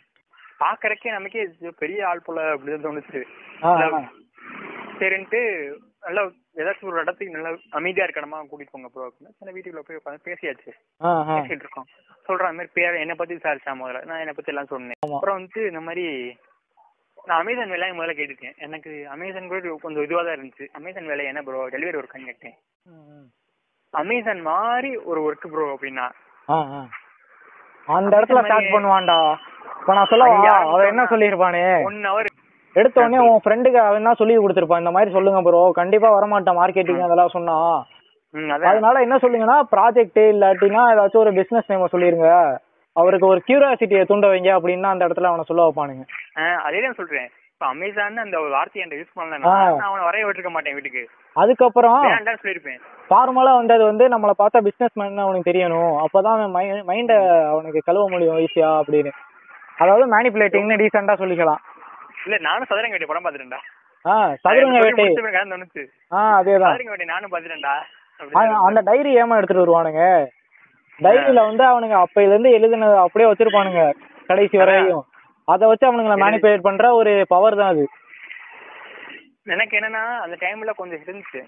C: பாக்குறக்கே நமக்கே இது பெரிய ஆள் போல அப்படின்னு தோணுச்சு
B: ஆ, ஆ.
C: சரின்ட்டு நல்லா ஏதாச்சும் ஒரு இடத்துக்கு நல்லா அமைதியா இருக்கணுமா கூட்டிட்டு போங்க ப்ரோ அப்படின்னா சில வீட்டுக்குள்ள போய் உட்காந்து பேசியாச்சு
B: ஆ, ஆ.
C: பேசிட்டு இருக்கோம் சொல்ற மாதிரி பேர் என்னை பத்தி விசாரிச்சா முதல்ல நான் என்னை பத்தி எல்லாம் சொன்னேன்
B: ஆமா.
C: அப்புறம் வந்து இந்த மாதிரி நான் அமேசான் வேலையை முதல்ல கேட்டுட்டேன் எனக்கு அமேசான் கூட கொஞ்சம் இதுவா தான் இருந்துச்சு அமேசான் வேலை என்ன ப்ரோ டெலிவரி ஒர்க்கான்னு கேட்டேன்
B: ம், ம்.
C: அமேசான் மாதிரி ஒரு ஒர்க் ப்ரோ அப்படின்னா
B: ஆ, ஆ. அந்த இடத்துல ஸ்டார்ட் பண்ணுவான்டா இப்ப நான்
C: அங்க
B: சொல்லவா
C: யாரும்
B: அவன் என்ன
C: சொன்னா?
B: சொல்லியிருப்பானே
C: ஒன் ஹவர்
B: எடுத்த உடனே உன் ஃப்ரெண்டுக்கு அவன் தான் சொல்லி கொடுத்துருப்பான் இந்த மாதிரி சொல்லுங்க ப்ரோ கண்டிப்பா வரமாட்டான் மார்க்கெட்டிங் அதெல்லாம் சொன்னா
C: அதான்
B: அதனால என்ன சொல்லுங்கன்னா ப்ராஜெக்ட் இல்லாட்டினா ஏதாச்சும் ஒரு பிசினஸ் நேம் சொல்லிருங்க அவருக்கு ஒரு கியூரியாசிட்டியை தூண்ட வைங்க அப்படின்னா அந்த இடத்துல அவனை சொல்ல வைப்பானுங்க
C: ஆஹ் அதே தான் சொல்றேன் இப்ப அமேசான் அந்த ஒரு வார்த்தையை என்கிட்ட யூஸ் பண்ணல
B: ஆ.
C: நான் அவனை வரைய விட்டுருக்க மாட்டேன் வீட்டுக்கு
B: அதுக்கப்புறம்
C: வேண்டாம்னு சொல்லியிருப்பேன்
B: ஃபார்மலா வந்தது வந்து நம்மள பார்த்தா பிசினஸ் மேன் அவனுக்கு தெரியணும் அப்பதான் அவன் மைண்ட அவனுக்கு கழுவ முடியும் ஈஸியா அப்படின்னு அதாவது மேனிப்புலேட்டிங்னு டீசெண்டா சொல்லிக்கலாம்
C: இல்ல நானும் சதுரங்க வேட்டை படம் பாத்துட்டேன்டா
B: ஆ சதுரங்க வேட்டை
C: தோணுச்சு
B: ஆ அதேதான்
C: சதுரங்க வேட்டை நானும் பாத்துட்டேன்டா
B: ஆனா, அந்த டைரி ஏமா எடுத்துட்டு வருவானுங்க டைரியில வந்து அவனுங்க அப்பையில இருந்து எழுதுனது அப்படியே வச்சிருப்பானுங்க கடைசி வரையும் அத வச்சு அவனுங்களை மேனிபுலேட் பண்ற ஒரு பவர் தான் அது
C: எனக்கு என்னன்னா அந்த டைம்ல கொஞ்சம் இருந்துச்சு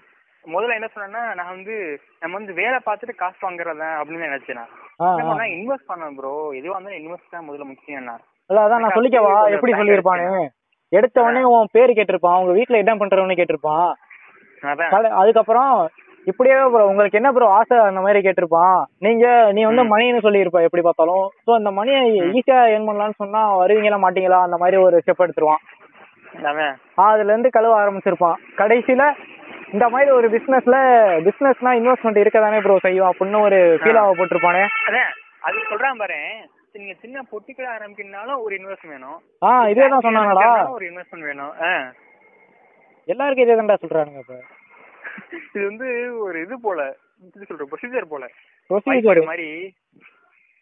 C: முதல்ல என்ன சொன்னேன்னா நான் வந்து நம்ம வந்து வேலை பார்த்துட்டு காசு வாங்குறதா அப்படின்னு நினைச்சேன் நான்.
B: ஆ,
C: என்ன
B: ஆ.
C: பண்ணா இன்வெஸ்ட் பண்ணேன் ப்ரோ எதுவா இருந்தாலும் இன்வெஸ்ட் தான் முதல்ல முக்கியம் நான்
B: இல்ல அதான் நான் சொல்லிக்கவா எப்படி சொல்லியிருப்பானு எடுத்த உடனே உன் பேர் கேட்டிருப்பான் உங்க வீட்டுல என்ன பண்றவனு கேட்டிருப்பான்
C: அதான்
B: கல- அதுக்கப்புறம் இப்படியே ப்ரோ உங்களுக்கு என்ன ப்ரோ ஆசை அந்த மாதிரி கேட்டிருப்பான் நீங்க நீ வந்து மணின்னு சொல்லியிருப்ப எப்படி பார்த்தாலும் சோ அந்த மணியை ஈஸியா ஏர்ன் பண்ணலாம்னு சொன்னா வருவீங்களா மாட்டீங்களா அந்த மாதிரி ஒரு ஸ்டெப் எடுத்துருவான்
C: அதான்
B: அதுல இருந்து கழுவ ஆரம்பிச்சிருப்பான் கடைசியில இந்த மாதிரி ஒரு பிசினஸ்ல பிசினஸ்னா இன்வெஸ்ட்மெண்ட் இருக்கதானே ப்ரோ செய்யும் அப்படின்னு ஒரு ஃபீல் ஆக போட்டிருப்பானே
C: அதான் அது சொல்றான் பாரு நீங்க சின்ன பொட்டி கடை ஆரம்பிக்கணும்னாலும் ஒரு இன்வெஸ்ட் வேணும்
B: ஆ இதே தான் சொன்னாங்கடா
C: ஒரு இன்வெஸ்ட்மெண்ட் வேணும் ஆ.
B: எல்லாருக்கும் இதே தான்டா சொல்றானுங்க இப்ப
C: இது வந்து ஒரு இது போல இது சொல்ற ப்ரொசீஜர் போல
B: ப்ரொசீஜர்
C: இது மாதிரி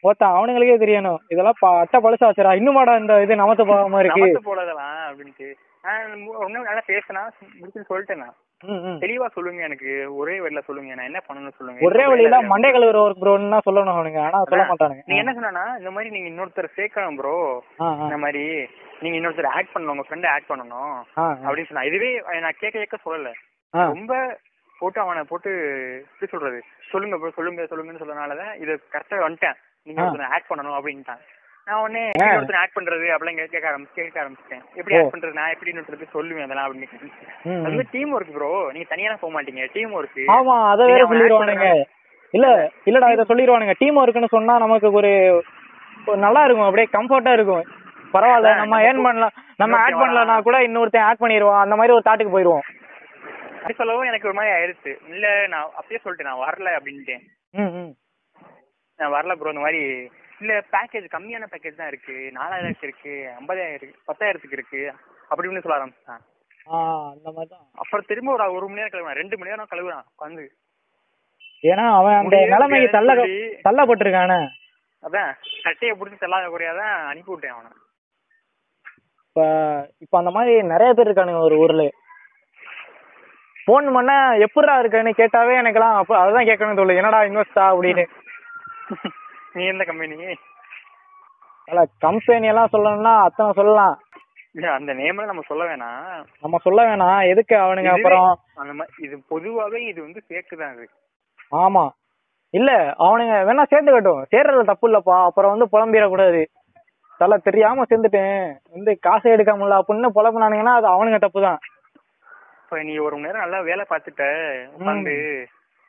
B: ஒருத்தன் அவனுங்களுக்கே தெரியணும் இதெல்லாம் ப- அட்டை பழுசு வச்சுடா இன்னுமாடா இந்த இது நமத்து போகாம இருக்கு
C: நமத்து போலதெல்லாம் அப்படின்ட்டு நான் ஒன்னும் நல்லா பேசினா முடிச்சுன்னு சொல்லிட்டேன் நான்
B: ம், ம்.
C: தெளிவா சொல்லுங்க எனக்கு ஒரே வழியில சொல்லுங்க நான் என்ன பண்ணணும் சொல்லுங்க
B: ஒரே வழியில மண்டை கழுவுற ஒரு ப்ரோன்னா சொல்லணும் அவனுங்க ஆனா சொல்ல மாட்டானுங்க
C: நீங்க என்ன சொன்னா இந்த மாதிரி நீங்க இன்னொருத்தர் சேர்க்கணும் ப்ரோ
B: ஆ, ஆ,
C: இந்த மாதிரி நீங்க இன்னொருத்தர் ஆட் பண்ணணும் உங்க ஃப்ரெண்ட் ஆட் பண்ணணும்
B: ஆ, ஆ,
C: அப்படின்னு சொன்னா இதுவே நான் கேட்க கேட்க சொல்லல
B: ஆ.
C: ரொம்ப போட்டு அவனை போட்டு எப்படி சொல்றது சொல்லுங்க ப்ரோ சொல்லுங்க சொல்லுங்கன்னு சொன்னனாலதான் இது கரெக்டா வந்துட்டேன் நீங்க
B: ஆ.
C: ஒருத்தனை ஆட் பண்ணணும் அப்படின்ட்டான் நான் உடனே இன்னொருத்தனை ஆட் பண்றது அப்படிலாம் கேட்க ஆரம்பிச்சு கேட்க ஆரம்பிச்சிட்டேன் எப்படி
B: ஓ.
C: ஆட் பண்றது நான் எப்படி இன்னொருத்தருக்கு சொல்லுவேன் அதெல்லாம் அப்படின்னு கேட்டேன்.
B: ம்,
C: அது
B: ம்.
C: வந்து டீம் ஒர்க் ப்ரோ நீங்க தனியாலாம் போக மாட்டீங்க டீம் ஒர்க்
B: ஆமா அத வேற சொல்லிடுவானுங்க இல்ல இல்லடா இத சொல்லிடுவானுங்க டீம் ஒர்க்குன்னு சொன்னா நமக்கு ஒரு ஒரு நல்லா இருக்கும் அப்படியே கம்ஃபர்ட்டா இருக்கும் பரவாயில்ல நம்ம ஏர்ன் பண்ணலாம் நம்ம ஆட் பண்ணலன்னா கூட இன்னொருத்தன் ஆட் பண்ணிடுவான் அந்த மாதிரி ஒரு தாட்டுக்கு போயிடுவோம்
C: அது சொல்லவும் எனக்கு ஒரு மாதிரி ஆயிடுச்சு இல்ல நான் அப்பயே சொல்லிட்டேன் நான் வரல அப்படின்ட்டேன்
B: ம், ம்.
C: நான் வரல ப்ரோ இந்த மாதிரி இல்ல பேக்கேஜ் கம்மியான பேக்கேஜ் தான் இருக்கு நாலாயிரத்துக்கு இருக்கு ஐம்பதாயிரம் பத்தாயிரத்துக்கு இருக்கு அப்படி இப்படின்னு சொல்ல ஆரம்பிச்சிட்டான்
B: ஆ அந்த மாதிரி தான்
C: அப்புறம் திரும்ப ஒரு ஒரு மணி நேரம் கழுவுறான் ரெண்டு மணி நேரம் கழுவுறான் உட்காந்து
B: ஏன்னா அவன் அந்த
C: முடியாது,
B: நிலைமைக்கு தள்ள
C: சொல்லி-
B: தள்ளப்பட்டிருக்கானே
C: அதான் சட்டையை பிடிச்சி செல்லாத குறையாதான் அனுப்பி விட்டேன் அவனை
B: இப்ப இப்ப அந்த மாதிரி நிறைய பேர் இருக்கானுங்க ஒரு ஊர்ல ஃபோன் பண்ணா எப்படிடா இருக்கேன்னு கேட்டாவே எனக்கெல்லாம் அப்ப அதுதான் கேட்கணும்னு தோணுது என்னடா இன்வெஸ்டா அப்படின்னு
C: நீ எந்த கம்பெனி
B: அல்ல கம்பெனி எல்லாம் சொல்லணும்னா அத்தனை சொல்லலாம்
C: அந்த நேம்ல நம்ம சொல்ல வேணாம்
B: நம்ம சொல்ல வேணாம் எதுக்கு அவனுங்க
C: இதுவே-
B: அப்புறம்
C: அந்த மாதிரி இது பொதுவாவே இது வந்து fake தான் இது
B: ஆமா இல்ல அவனுங்க வேணா சேர்ந்து கட்டும் சேர்றதுல தப்பு இல்லப்பா அப்புறம் வந்து புலம்பிடக்கூடாது தலை தெரியாம சேர்ந்துட்டேன் வந்து காசு எடுக்காமல அப்படின்னு புலம்புனானுங்கன்னா அது அவனுங்க தப்பு தான்
C: இப்ப நீ ஒரு மணி நேரம் நல்லா வேலை பார்த்துட்ட உட்காந்து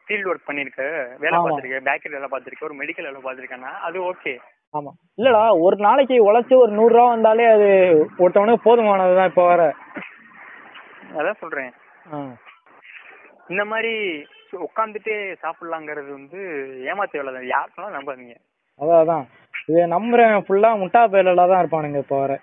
C: ஃபீல்ட் ஒர்க் பண்ணிருக்க வேலை
B: ஆமா.
C: பார்த்திருக்க பேக்கரி வேலை பார்த்திருக்க ஒரு மெடிக்கல் வேலை பார்த்திருக்கேன்னா அது ஓகே
B: ஆமா இல்லடா ஒரு நாளைக்கு உழைச்சு ஒரு நூறு ரூபா வந்தாலே அது ஒருத்தவனுக்கு போதுமானதுதான் இப்ப வர
C: அதான் சொல்றேன் இந்த மாதிரி உட்காந்துட்டே சாப்பிடலாங்கிறது வந்து ஏமாத்த வேலை தான் யார் சொன்னாலும் நம்பாதீங்க
B: அதான் அதான் இது நம்புறேன் ஃபுல்லா முட்டா பயலா தான் இருப்பானுங்க இப்ப வர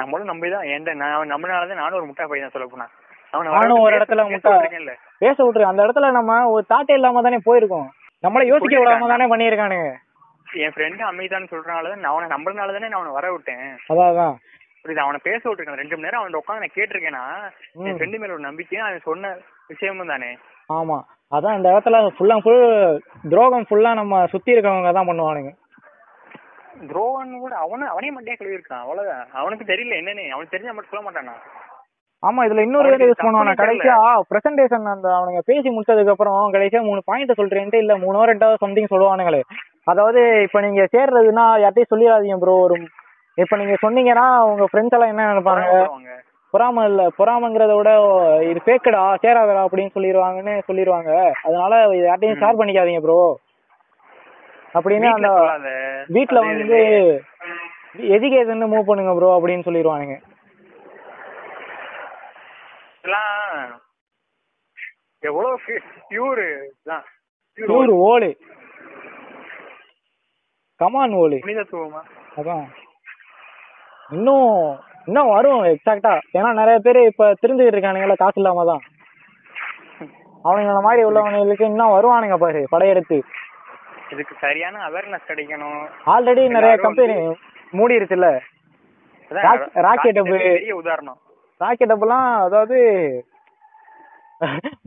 C: நம்மளும் நம்பி தான் ஏன்டா நான் நம்மளாலதான் நானும் ஒரு முட்டா பையன் தான் சொல்ல போனா அவனை வர
B: நானும்
C: வச்சு
B: ஒரு
C: பேச-
B: இடத்துல
C: பேச
B: முட்டா
C: விட்டுருக்கேன்ல.
B: பேச விட்டுரு அந்த இடத்துல நம்ம ஒரு தாட்டே இல்லாம தானே போயிருக்கோம் நம்மள யோசிக்க விடாம தானே பண்ணியிருக்கானுங்க
C: என் ஃப்ரெண்டு அமைதான்னு சொல்றனால தான் நான் அவனை நம்புறதுனால தானே நான் அவனை வர விட்டேன்
B: அதான் அதான்
C: புரியுது அவனை பேச விட்டுருக்கேன் ரெண்டு மணி நேரம் அவன் உட்காந்து நான் கேட்டிருக்கேன்னா என் ஃப்ரெண்டு மேல ஒரு நம்பிக்கையும் அவன் சொன்ன விஷயமும் தானே
B: ஆமா அதான் அந்த இடத்துல ஃபுல்லா ஃபுல் துரோகம் ஃபுல்லா நம்ம சுத்தி இருக்கவங்க தான் பண்ணுவானுங்க
C: துரோகன் கூட அவன அவனே மண்டையா கழுவி இருக்கான் அவ்வளவுதான் அவனுக்கு தெரியல என்னன்னு அவனுக்கு தெரிஞ்சா மட்டும் சொல்ல மாட்டானா
B: ஆமா இதுல இன்னொரு
C: அவனுக்கு
B: வேலை யூஸ்
C: company
B: பண்ணுவாங்க
C: தெரியல.
B: கடைசியா பிரசன்டேஷன் அந்த அவனுங்க பேசி முடிச்சதுக்கு அப்புறம் கடைசியா மூணு பாயிண்ட் சொல்றேன்ட்டு இல்ல மூணோ ரெண்டோ சம்திங் சொல்லுவானுங்களே அதாவது இப்ப நீங்க சேர்றதுன்னா யார்ட்டையும் சொல்லிடாதீங்க ப்ரோ ஒரு இப்ப நீங்க சொன்னீங்கன்னா உங்க ஃப்ரெண்ட்ஸ் எல்லாம் என்ன நினைப்பாங்க
C: வருவாங்க.
B: பொறாம இல்ல பொறாமங்கிறத விட இது பேக்கடா சேராதடா அப்படின்னு சொல்லிடுவாங்கன்னு சொல்லிடுவாங்க அதனால இது யார்ட்டையும் ஷேர் பண்ணிக்காதீங்க ப்ரோ அப்படின்னு
C: வீட்ல
B: அந்த
C: சொல்லாத.
B: வீட்ல
C: அது
B: வந்து எஜுகேஷன் மூவ் பண்ணுங்க ப்ரோ அப்படின்னு சொல்லிடுவானுங்க
C: இதெல்லாம் எவ்வளவு பியூர்
B: ஒரு ஓலு கமான் ஓலு
C: புனிதத்துவமா
B: அதான் இன்னும் இன்னும் வரும் எக்ஸாக்டா ஏன்னா நிறைய பேர் இப்ப தெரிஞ்சுக்கிட்டு இருக்கானுங்களா காசு இல்லாம தான் அவனுங்கள மாதிரி உள்ளவனுங்களுக்கு இன்னும் வருவானுங்க பாரு படையெடுத்து
C: இதுக்கு சரியான அவேர்னஸ் கிடைக்கணும்
B: ஆல்ரெடி நிறைய
C: எல்லாரும்
B: கம்பெனி மூடி இருக்குல்ல
C: அதான்
B: ராக்-
C: ரா-
B: ராக்கெட்
C: ராக்கெட்
B: அப்பு.
C: பெரிய உதாரணம்
B: ராக்கெட் அப்பெல்லாம் அதாவது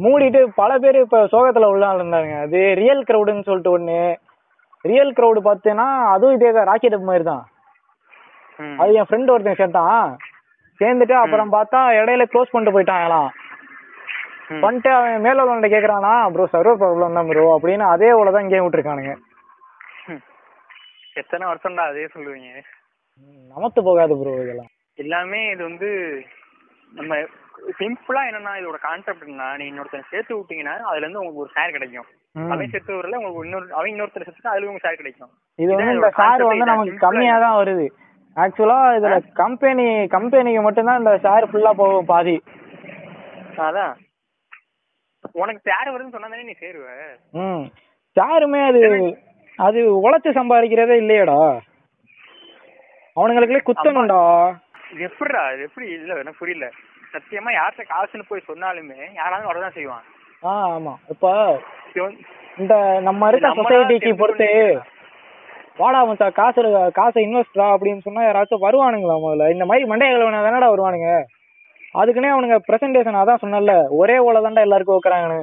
B: மூடிட்டு பல பேர் இப்ப சோகத்துல உள்ள இருந்தாங்க அது ரியல் கிரௌடுன்னு சொல்லிட்டு ஒண்ணு ரியல் கிரௌடு பார்த்தீங்கன்னா அதுவும் இதே தான் ராக்கெட் அப் மாதிரி தான்
C: ம்.
B: அது என் ஃப்ரெண்ட் ஒருத்தன் சேர்ந்தான் சேர்ந்துட்டு அப்புறம் பார்த்தா இடையில க்ளோஸ் பண்ணிட்டு போயிட்டாங்களாம்
C: ம்.
B: பண்ணிட்டு அவன் மேல உள்ளவன்ட்ட கேக்குறானா ப்ரோ சர்வர் ப்ராப்ளம் தான் ப்ரோ அப்படின்னு அதே தான் கேம் விட்டுருக்கானுங்க
C: ம். எத்தனை வருஷம்டா அதே சொல்லுவீங்க
B: நமத்து போகாது ப்ரோ இதெல்லாம்
C: எல்லாமே இது வந்து நம்ம சிம்பிளா என்னன்னா இதோட கான்செப்ட் என்ன நீ இன்னொருத்தன் சேர்த்து விட்டீங்கன்னா அதுல இருந்து உங்களுக்கு ஒரு ஷேர் கிடைக்கும்
B: ம்.
C: அவன் சேர்த்து வரல உங்களுக்கு இன்னொரு அவன் இன்னொருத்தர் சேர்த்து அதுல உங்களுக்கு ஷேர் கிடைக்கும்
B: இது
C: இதான்
B: வந்து இந்த
C: இதோட
B: ஷேர்
C: concept.
B: வந்து
C: இதான்
B: நமக்கு
C: simple ஆ
B: கம்மியா தான் வருது ஆக்சுவலா இதுல கம்பெனி கம்பெனிக்கு மட்டும்தான் இந்த ஷேர் ஃபுல்லா போகும் பாதி
C: அதான் உனக்கு தேர் வருதுன்னு சொன்னா தானே நீ சேருவ
B: ம் ஷேருமே அது அது உழைச்சு சம்பாதிக்கிறதே இல்லையேடா அவனுங்களுக்குள்ளே குத்தணும்டா
C: இது எப்படிடா இது எப்படி இல்ல எனக்கு புரியல சத்தியமா யார்கிட்ட காசுன்னு போய் சொன்னாலுமே யாராவது வரதான் செய்வான்
B: ஆ ஆமா இப்ப
C: இவன் வந்து-
B: இந்த நம்ம இருக்க
C: நம்மளா
B: சொசைட்டிக்கு
C: தெரிஞ்சு
B: பொறுத்து வாடா மச்சான் காசு இருக்கு, காசை இன்வெஸ்ட்ரா அப்படின்னு சொன்னா யாராச்சும் வருவானுங்களா முதல்ல இந்த மாதிரி மண்டைய கிழவனா தானடா வருவானுங்க அதுக்குன்னே அவனுங்க பிரசன்டேஷன் அதான் சொன்னல ஒரே ஓல தான்டா எல்லாருக்கும் வைக்கிறாங்கன்னு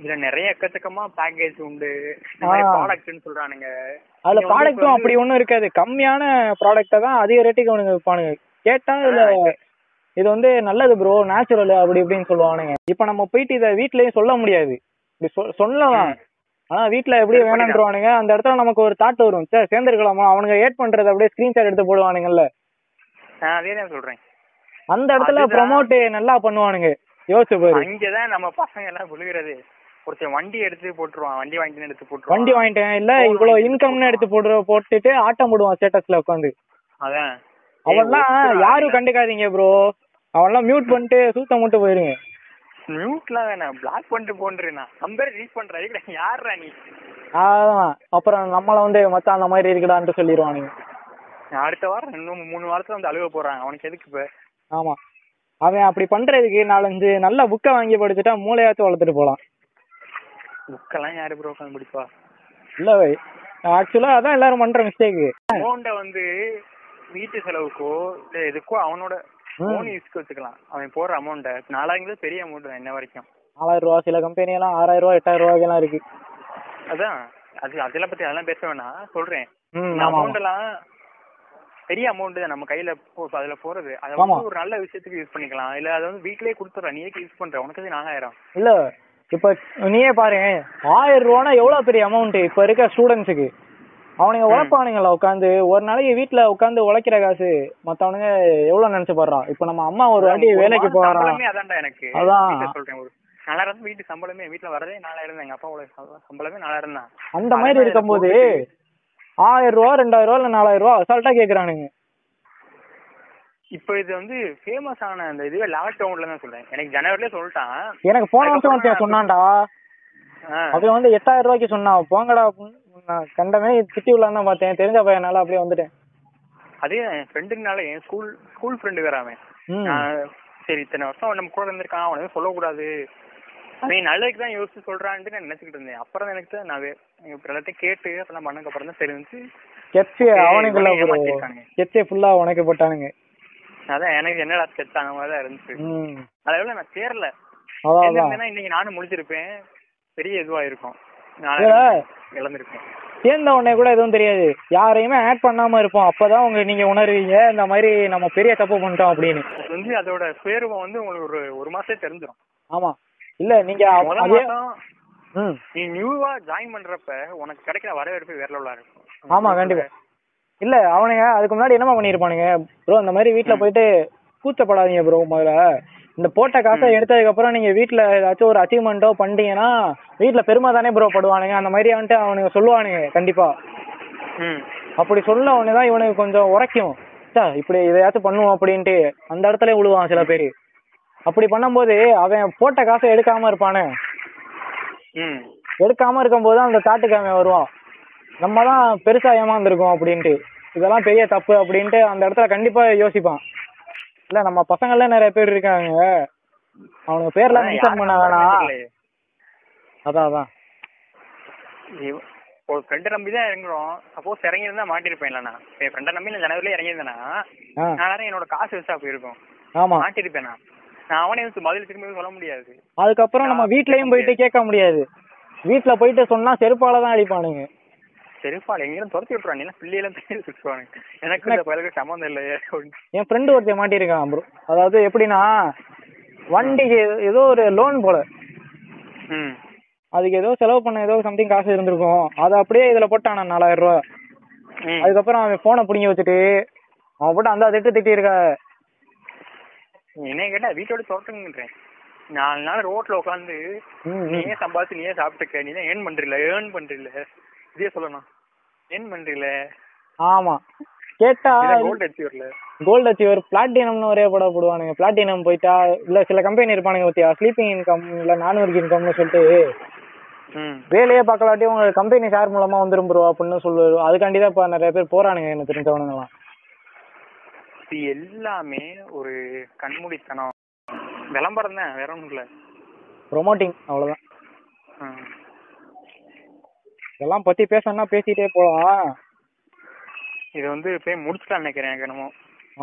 C: இதுல நிறைய எக்கச்சக்கமா பேக்கேஜ் உண்டு இந்த
B: ஆ.
C: மாதிரி ப்ராடக்ட்னு சொல்றானுங்க
B: அதுல
C: நீங்க வந்து
B: ப்ராடக்ட்டும்
C: இப்ப
B: அப்படி ஒண்ணும் இருக்காது கம்மியான ப்ராடக்ட்டை தான் அதிக ரேட்டுக்கு அவனுங்க விற்பானுங்க கேட்டா இதுல இது வந்து நல்லது ப்ரோ நேச்சுரல் அப்படி இப்படின்னு சொல்லுவானுங்க இப்ப நம்ம போயிட்டு இதை வீட்லயும் சொல்ல முடியாது இப்படி சொ- சொல்லலாம் ஆனா வீட்ல எப்படி
C: சரி, புரியுது.
B: வேணான்றவானுங்க அந்த இடத்துல நமக்கு ஒரு தாட் வரும் சார் சேர்ந்துருக்கலாமா அவனுங்க ஏட் பண்றது அப்படியே ஸ்கிரீன்ஷாட் எடுத்து போடுவானுங்கல்ல
C: நான் அதே தான் சொல்றேன்
B: அந்த இடத்துல
C: அதுதான்.
B: ப்ரமோட் நல்லா பண்ணுவானுங்க யோசிச்சு பாரு
C: அங்கதான் நம்ம பசங்க எல்லாம் விழுகிறது ஒருத்தன் வண்டி எடுத்து போட்டுருவான் வண்டி வாங்கி எடுத்து போட்டுருவான்
B: வண்டி வாங்கிட்டேன் இல்ல
C: Phone
B: இவ்வளவு
C: வாங்கி
B: இன்கம்னு எடுத்து போடுற போட்டுட்டு ஆட்டம் போடுவான் ஸ்டேட்டஸ்ல உட்காந்து
C: அதான்
B: அவன்லாம் யாரும் கண்டுக்காதீங்க ப்ரோ அவன்லாம் மியூட் பண்ணிட்டு சூத்த மட்டும் போயிருங்க
C: மியூட்லாம் வேணாம் பிளாக் பண்ணிட்டு போன்றேன் நம்பர் ரீச் பண்ற இதுக்கு யாருடா நீ
B: அதான் அப்புறம் நம்மள வந்து மச்சான் அந்த மாதிரி இருக்குடான்ட்டு சொல்லிடுவானுங்க
C: நான் அடுத்த வாரம் இன்னும் மூணு வாரத்துல வந்து அழுக போறாங்க அவனுக்கு எதுக்கு இப்ப
B: ஆமா அவன் அப்படி பண்றதுக்கு நாலஞ்சு நல்ல புக்கை வாங்கி படிச்சுட்டா மூளையாச்சும் வளர்த்துட்டு போலாம்
C: புக்கெல்லாம் யாரு ப்ரோ உட்காந்து பிடிப்பா
B: இல்ல வை ஆக்சுவலா அதான் எல்லாரும் பண்ற மிஸ்டேக்
C: போன்ட வந்து வீட்டு செலவுக்கோ இல்ல எதுக்கோ அவனோட போன் யூஸ்க்கு வச்சுக்கலாம் அவன் போடுற அமௌண்ட்டை நாலாயிரம் பெரிய அமௌண்ட் தான் என்ன வரைக்கும்
B: நாலாயிரம் ரூபா சில கம்பெனி எல்லாம் ஆறாயிரம் ரூபா எட்டாயிரம் ரூபாய்க்கெல்லாம் இருக்கு
C: அதான் அது அதெல்லாம் பத்தி அதெல்லாம் பேச வேணாம் சொல்றேன்
B: ம்,
C: இந்த
B: ஆமா, ஆமா.
C: அமௌண்ட் எல்லாம் பெரிய அமௌண்ட் தான் நம்ம கையில போ- அதுல போறது அதை
B: ஆமா.
C: வந்து ஒரு நல்ல விஷயத்துக்கு யூஸ் பண்ணிக்கலாம் இல்ல அதை வந்து வீட்லயே கொடுத்துட்றேன் நீ யூஸ் பண்ற உனக்கு அது நாலாயிரம்
B: இல்ல இப்ப நீயே பாரு ஆயிரம் ரூபானா எவ்வளவு பெரிய அமௌண்ட் இப்ப இருக்க ஸ்டூடெண்ட்ஸுக்கு அவனுங்க உழைப்பானுங்களா உட்காந்து ஒரு நாளைக்கு வீட்ல உட்காந்து உழைக்கிற காசு மத்தவனுங்க எவ்வளவு நினைச்சு பாடுறான் இப்ப நம்ம அம்மா ஒரு வாட்டி
C: ஒரு
B: வேலைக்கு
C: மாத
B: போறான்
C: சம்பளமே அதான்டா எனக்கு
B: அதான்.
C: வீட்டுல சொல்றேன் ஒரு நாலாயிரம் தான் வீட்டு சம்பளமே வீட்டுல வரதே நாலாயிரம் தான் எங்க அப்பாவோட சம்பளம் சம்பளமே நாலாயிரம் தான்
B: அந்த மாதிரி இருக்கும்போது ஆயிரம் ரூபா ரெண்டாயிரம் ரூபா இல்ல நாலாயிரம் ரூபா அசால்ட்டா கேக்குறானுங்க
C: இப்போ இது வந்து ஃபேமஸ் ஆன அந்த இதுவே லாக்டவுன்ல தான் சொல்றேன் எனக்கு ஜனவரிலே சொல்லிட்டான்
B: எனக்கு போன வருஷம் ஒருத்தன்
C: அதுக்கப்புறம்
B: சொன்னான்டா
C: ஆ.
B: அவன் வந்து எட்டாயிரம் ரூபாய்க்கு சொன்னான் போங்கடா அப்படின்னு நான் கண்டமே திட்டி விடலான்னு தான் பார்த்தேன் தெரிஞ்ச பையனால அப்படியே வந்துட்டேன்
C: அதே என் ஃப்ரெண்டுனால என் ஸ்கூல் ஸ்கூல் ஃப்ரெண்டு வேற அவன்
B: ம்.
C: நான் சரி இத்தனை வருஷம் அவன் நம்ம கூட இருந்திருக்கான் அவன் எதுவும் சொல்லக்கூடாது அவன் நல்லதுக்கு தான் யோசிச்சு சொல்றான்ட்டு நான் நினைச்சுக்கிட்டு இருந்தேன் அப்புறம் தான் எனக்கு தான் நான் வே- எங்க எல்லாத்தையும் கேட்டு அப்புறம் பண்ணதுக்கு அப்புறம் தான் தெரிஞ்சு
B: கெச்சு
C: ஏய்,
B: அவனுக்குள்ள
C: இவனை
B: ப்ரோ
C: ஏமாத்திருக்கானுங்க.
B: கெச்சே ஃபுல்லா உனக்கு போட்டானுங்க
C: அதான் எனக்கு என்னடா sketch ஆன மாதிரி தான் இருந்துச்சு
B: ம்
C: அதனால நான் சேரல
B: அதான் அதான்
C: சேர்ந்திருந்தேன்னா இன்னைக்கு நானும் முடிச்சிருப்பேன் பெரிய இதுவா இருக்கும் நான்
B: இல்ல.
C: இழந்திருப்பேன்
B: சேர்ந்த உடனே கூட எதுவும் தெரியாது யாரையுமே ஆட் பண்ணாம இருப்போம் அப்பதான் உங்க நீங்க உணர்வீங்க இந்த மாதிரி நம்ம பெரிய தப்பு பண்ணிட்டோம் அப்படின்னு
C: அது வந்து அதோட சுயரூபம் வந்து உங்களுக்கு ஒரு ஒரு மாசம் தெரிஞ்சிடும்
B: ஆமா இல்ல நீங்க அப்-
C: முதல்
B: அதே
C: மாசம்
B: ம்
C: நீ நியூவா ஜாயின் பண்றப்ப உனக்கு கிடைக்கிற வரவேற்பு வேற லெவலா இருக்கும்
B: ஆமா கண்டிப்பா இல்ல அவனுங்க அதுக்கு முன்னாடி என்னமா பண்ணிருப்பானுங்க ப்ரோ இந்த மாதிரி வீட்ல போயிட்டு கூச்சப்படாதீங்க ப்ரோ முதல்ல இந்த போட்ட காசை எடுத்ததுக்கு அப்புறம் நீங்க வீட்ல ஏதாச்சும் ஒரு அச்சீவ்மெண்ட்டோ பண்ணிட்டீங்கன்னா வீட்ல பெருமை தானே ப்ரோ படுவானுங்க அந்த மாதிரி வந்துட்டு அவனுங்க சொல்லுவானுங்க கண்டிப்பா
C: ம்
B: அப்படி சொல்ல உடனே தான் இவனுக்கு கொஞ்சம் உரைக்கும் சா இப்படி இதையாச்சும் பண்ணுவோம் அப்படின்ட்டு அந்த இடத்துல விழுவான் சில பேர் அப்படி பண்ணும்போது அவன் போட்ட காசை எடுக்காம இருப்பானே
C: ம்
B: எடுக்காம இருக்கும்போது அந்த தாட்டுக்கு அவன் வருவான் நம்ம தான் பெருசா ஏமாந்துருக்கோம் அப்படின்ட்டு இதெல்லாம் பெரிய தப்பு அப்படின்ட்டு அந்த இடத்துல கண்டிப்பா யோசிப்பான் இல்ல நம்ம பசங்கள்ல நிறைய பேர் இருக்காங்க அவனுக்கு பேர்லாம்
C: அதான்
B: மென்ஷன் பண்ண
C: யாரும்
B: வேணாம்
C: இல்லையே.
B: அதான் அதான்
C: இவ- ஒரு ஃப்ரெண்டை நம்பி தான் இறங்குறோம் சப்போஸ் இறங்கியிருந்தா மாட்டிருப்பேன் இல்லைண்ணா என் ஃப்ரெண்டை நம்பி நான் ஜனவரில இறங்கியிருந்தேன்னா
B: ஆ
C: நான் என்னோட காசு வேஸ்டா போயிருக்கும்
B: ஆமா
C: மாட்டிருப்பேனா நான் அவனே வந்து பதில் திரும்பி சொல்ல முடியாது
B: அதுக்கப்புறம் நம்ம வீட்லயும் போயிட்டு கேட்க முடியாது வீட்ல போயிட்டு சொன்னா செருப்பால தான் அடிப்பானுங்க
C: செருப்பால் எங்கேயும் துரத்தி விட்டுருவாங்க ஏன்னா பிள்ளையெல்லாம் பேர் சுற்றுவாங்க எனக்கு இந்த பயலுக்கு சம்மந்தம் இல்லையே அப்படின்னு.
B: என் ஃப்ரெண்டு ஒருத்தன் மாட்டியிருக்கான் ப்ரோ அதாவது எப்படின்னா வண்டிக்கு ஏதோ ஒரு லோன் போல
C: ம்
B: அதுக்கு ஏதோ செலவு பண்ண ஏதோ சம்திங் காசு இருந்திருக்கும் அதை அப்படியே இதுல போட்டான் நான் நாலாயிரம் ரூபா
C: ம்
B: அதுக்கப்புறம் அவன் போனை பிடிங்கி வச்சுட்டு அவன் போட்டு அந்த திட்டு திட்டி இருக்க
C: என்னைய கேட்டா வீட்டோட தோட்டங்கிறேன் நாலு நாள் ரோட்ல உட்காந்து
B: ம், ம்.
C: நீயே சம்பாதிச்சு நீயே சாப்பிட்டுக்க நீ தான் ஏர்ன் பண்றில ஏர்ன் பண்றில இதே சொல்லணும் ஏர்ன் பண்றில
B: ஆமா கேட்டா
C: கோல்டு அடிச்சு வரல
B: கோல்டு அச்சீவர் பிளாட்டினம்னு ஒரே படம் போடுவானுங்க பிளாட்டினம் போயிட்டா இல்ல சில கம்பெனி இருப்பானுங்க பத்தியா ஸ்லீப்பிங் இன்கம் இல்ல நான் ஒர்க் இன்கம்னு சொல்லிட்டு
C: ம்
B: வேலையே பார்க்கலாட்டி உங்க கம்பெனி ஷேர் மூலமா வந்துரும் ப்ரோ அப்படின்னு சொல்லுவோம் அதுக்காண்டி தான் இப்ப நிறைய பேர் போறானுங்க எனக்கு தெரிஞ்சவனுங்கலாம்
C: இது எல்லாமே ஒரு கண்மூடித்தனம் விளம்பரம் தான் வேற ஒன்றும் இல்லை
B: ப்ரொமோட்டிங் அவ்வளவுதான்
C: ம்.
B: இதெல்லாம் பத்தி பேசணும்னா பேசிட்டே போலாம்
C: இது வந்து போய் முடிச்சுக்கலாம் நினைக்கிறேன் எனக்கு என்னமோ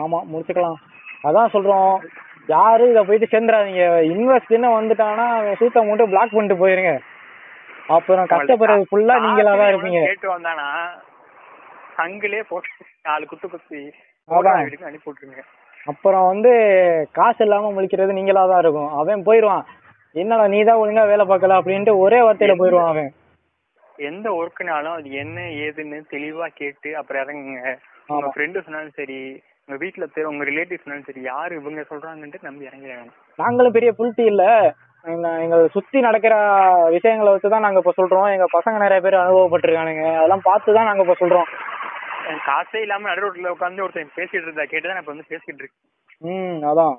B: ஆமா முடிச்சுக்கலாம் அதான் சொல்றோம் யாரு இதை போயிட்டு சேர்ந்துடாதீங்க இன்வெஸ்ட்னு வந்துட்டானா அவன் சூத்த மட்டும் பிளாக் பண்ணிட்டு போயிருங்க அப்புறம் கஷ்டப்படுறது ஃபுல்லா நீங்களா தான் இருப்பீங்க
C: கேட்டு வந்தானா சங்கிலே போட்டு நாலு குத்து குத்தி
B: அதான்.
C: வீட்டுக்கு அனுப்பி விட்டுருங்க
B: அப்புறம் வந்து காசு இல்லாம முழிக்கிறது நீங்களா தான் இருக்கும் அவன் போயிருவான் என்னடா நீ தான் ஒழுங்கா வேலை பார்க்கல அப்படின்ட்டு ஒரே வார்த்தையில போயிருவான் அவன்
C: எந்த ஒர்க்குனாலும் அது என்ன ஏதுன்னு தெளிவா கேட்டு அப்புறம் இறங்குங்க உங்க
B: ஆமா.
C: ஃப்ரெண்டு சொன்னாலும் சரி உங்க வீட்ல பேர் உங்க ரிலேட்டிவ் சொன்னாலும் சரி யாரு இவங்க சொல்றாங்கன்ட்டு நம்பி இறங்கிடுறாங்க
B: நாங்களும் பெரிய புல்ட்டி இல்ல எங்க- எங்களை சுத்தி நடக்கிற விஷயங்களை வச்சு தான் நாங்க இப்ப சொல்றோம் எங்க பசங்க நிறைய பேர் அனுபவப்பட்டிருக்கானுங்க அதெல்லாம் பார்த்து தான் நாங்க இப்ப சொல்றோம்
C: காசே இல்லாம நடு ரோட்ல உட்காந்து ஒருத்தன் பேசிட்டு இருந்தா கேட்டு தான் இப்ப வந்து பேசிட்டு இருக்கு
B: ம் அதான்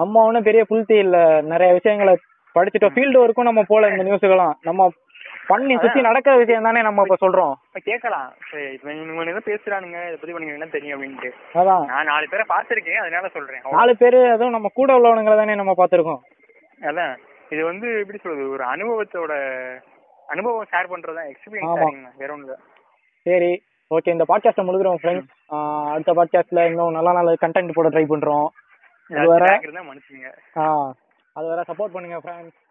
B: நம்ம ஒன்றும் பெரிய புல்தி இல்ல நிறைய விஷயங்களை படிச்சுட்டோம் ஃபீல்டு வரைக்கும் நம்ம போல இந்த நியூஸுக்கெல்லாம் நம்ம பண்ணி சுத்தி நடக்கிற விஷயம் தானே நம்ம இப்ப சொல்றோம்
C: இப்ப கேட்கலாம் சரி இப்ப இவங்க என்ன பேசுறானுங்க இதை பத்தி உனக்கு என்ன தெரியும் அப்படின்ட்டு
B: அதான்
C: நான் நாலு பேரை பார்த்திருக்கேன் அதனால சொல்றேன்
B: நாலு பேர் அதுவும் நம்ம கூட உள்ளவனுங்களை தானே நம்ம பார்த்திருக்கோம்
C: அதான் இது வந்து எப்படி சொல்றது ஒரு அனுபவத்தோட அனுபவம் ஷேர் பண்றதா எக்ஸ்பீரியன்ஸ்
B: ஆமா.
C: ஷேரிங் வேற ஒண்ணு
B: சரி ஓகே இந்த பாட்காஸ்ட்டை முழுக்கிறோம் ஃப்ரெண்ட்ஸ் அடுத்த பாட்காஸ்ட்ல இன்னும் நல்ல நல்ல கண்டென்ட் போட ட்ரை பண்றோம் அது வர
C: தான் மனுஷங்க
B: ஆ, அது வர சப்போர்ட் பண்ணுங்க ஃப்ரெண்ட்ஸ்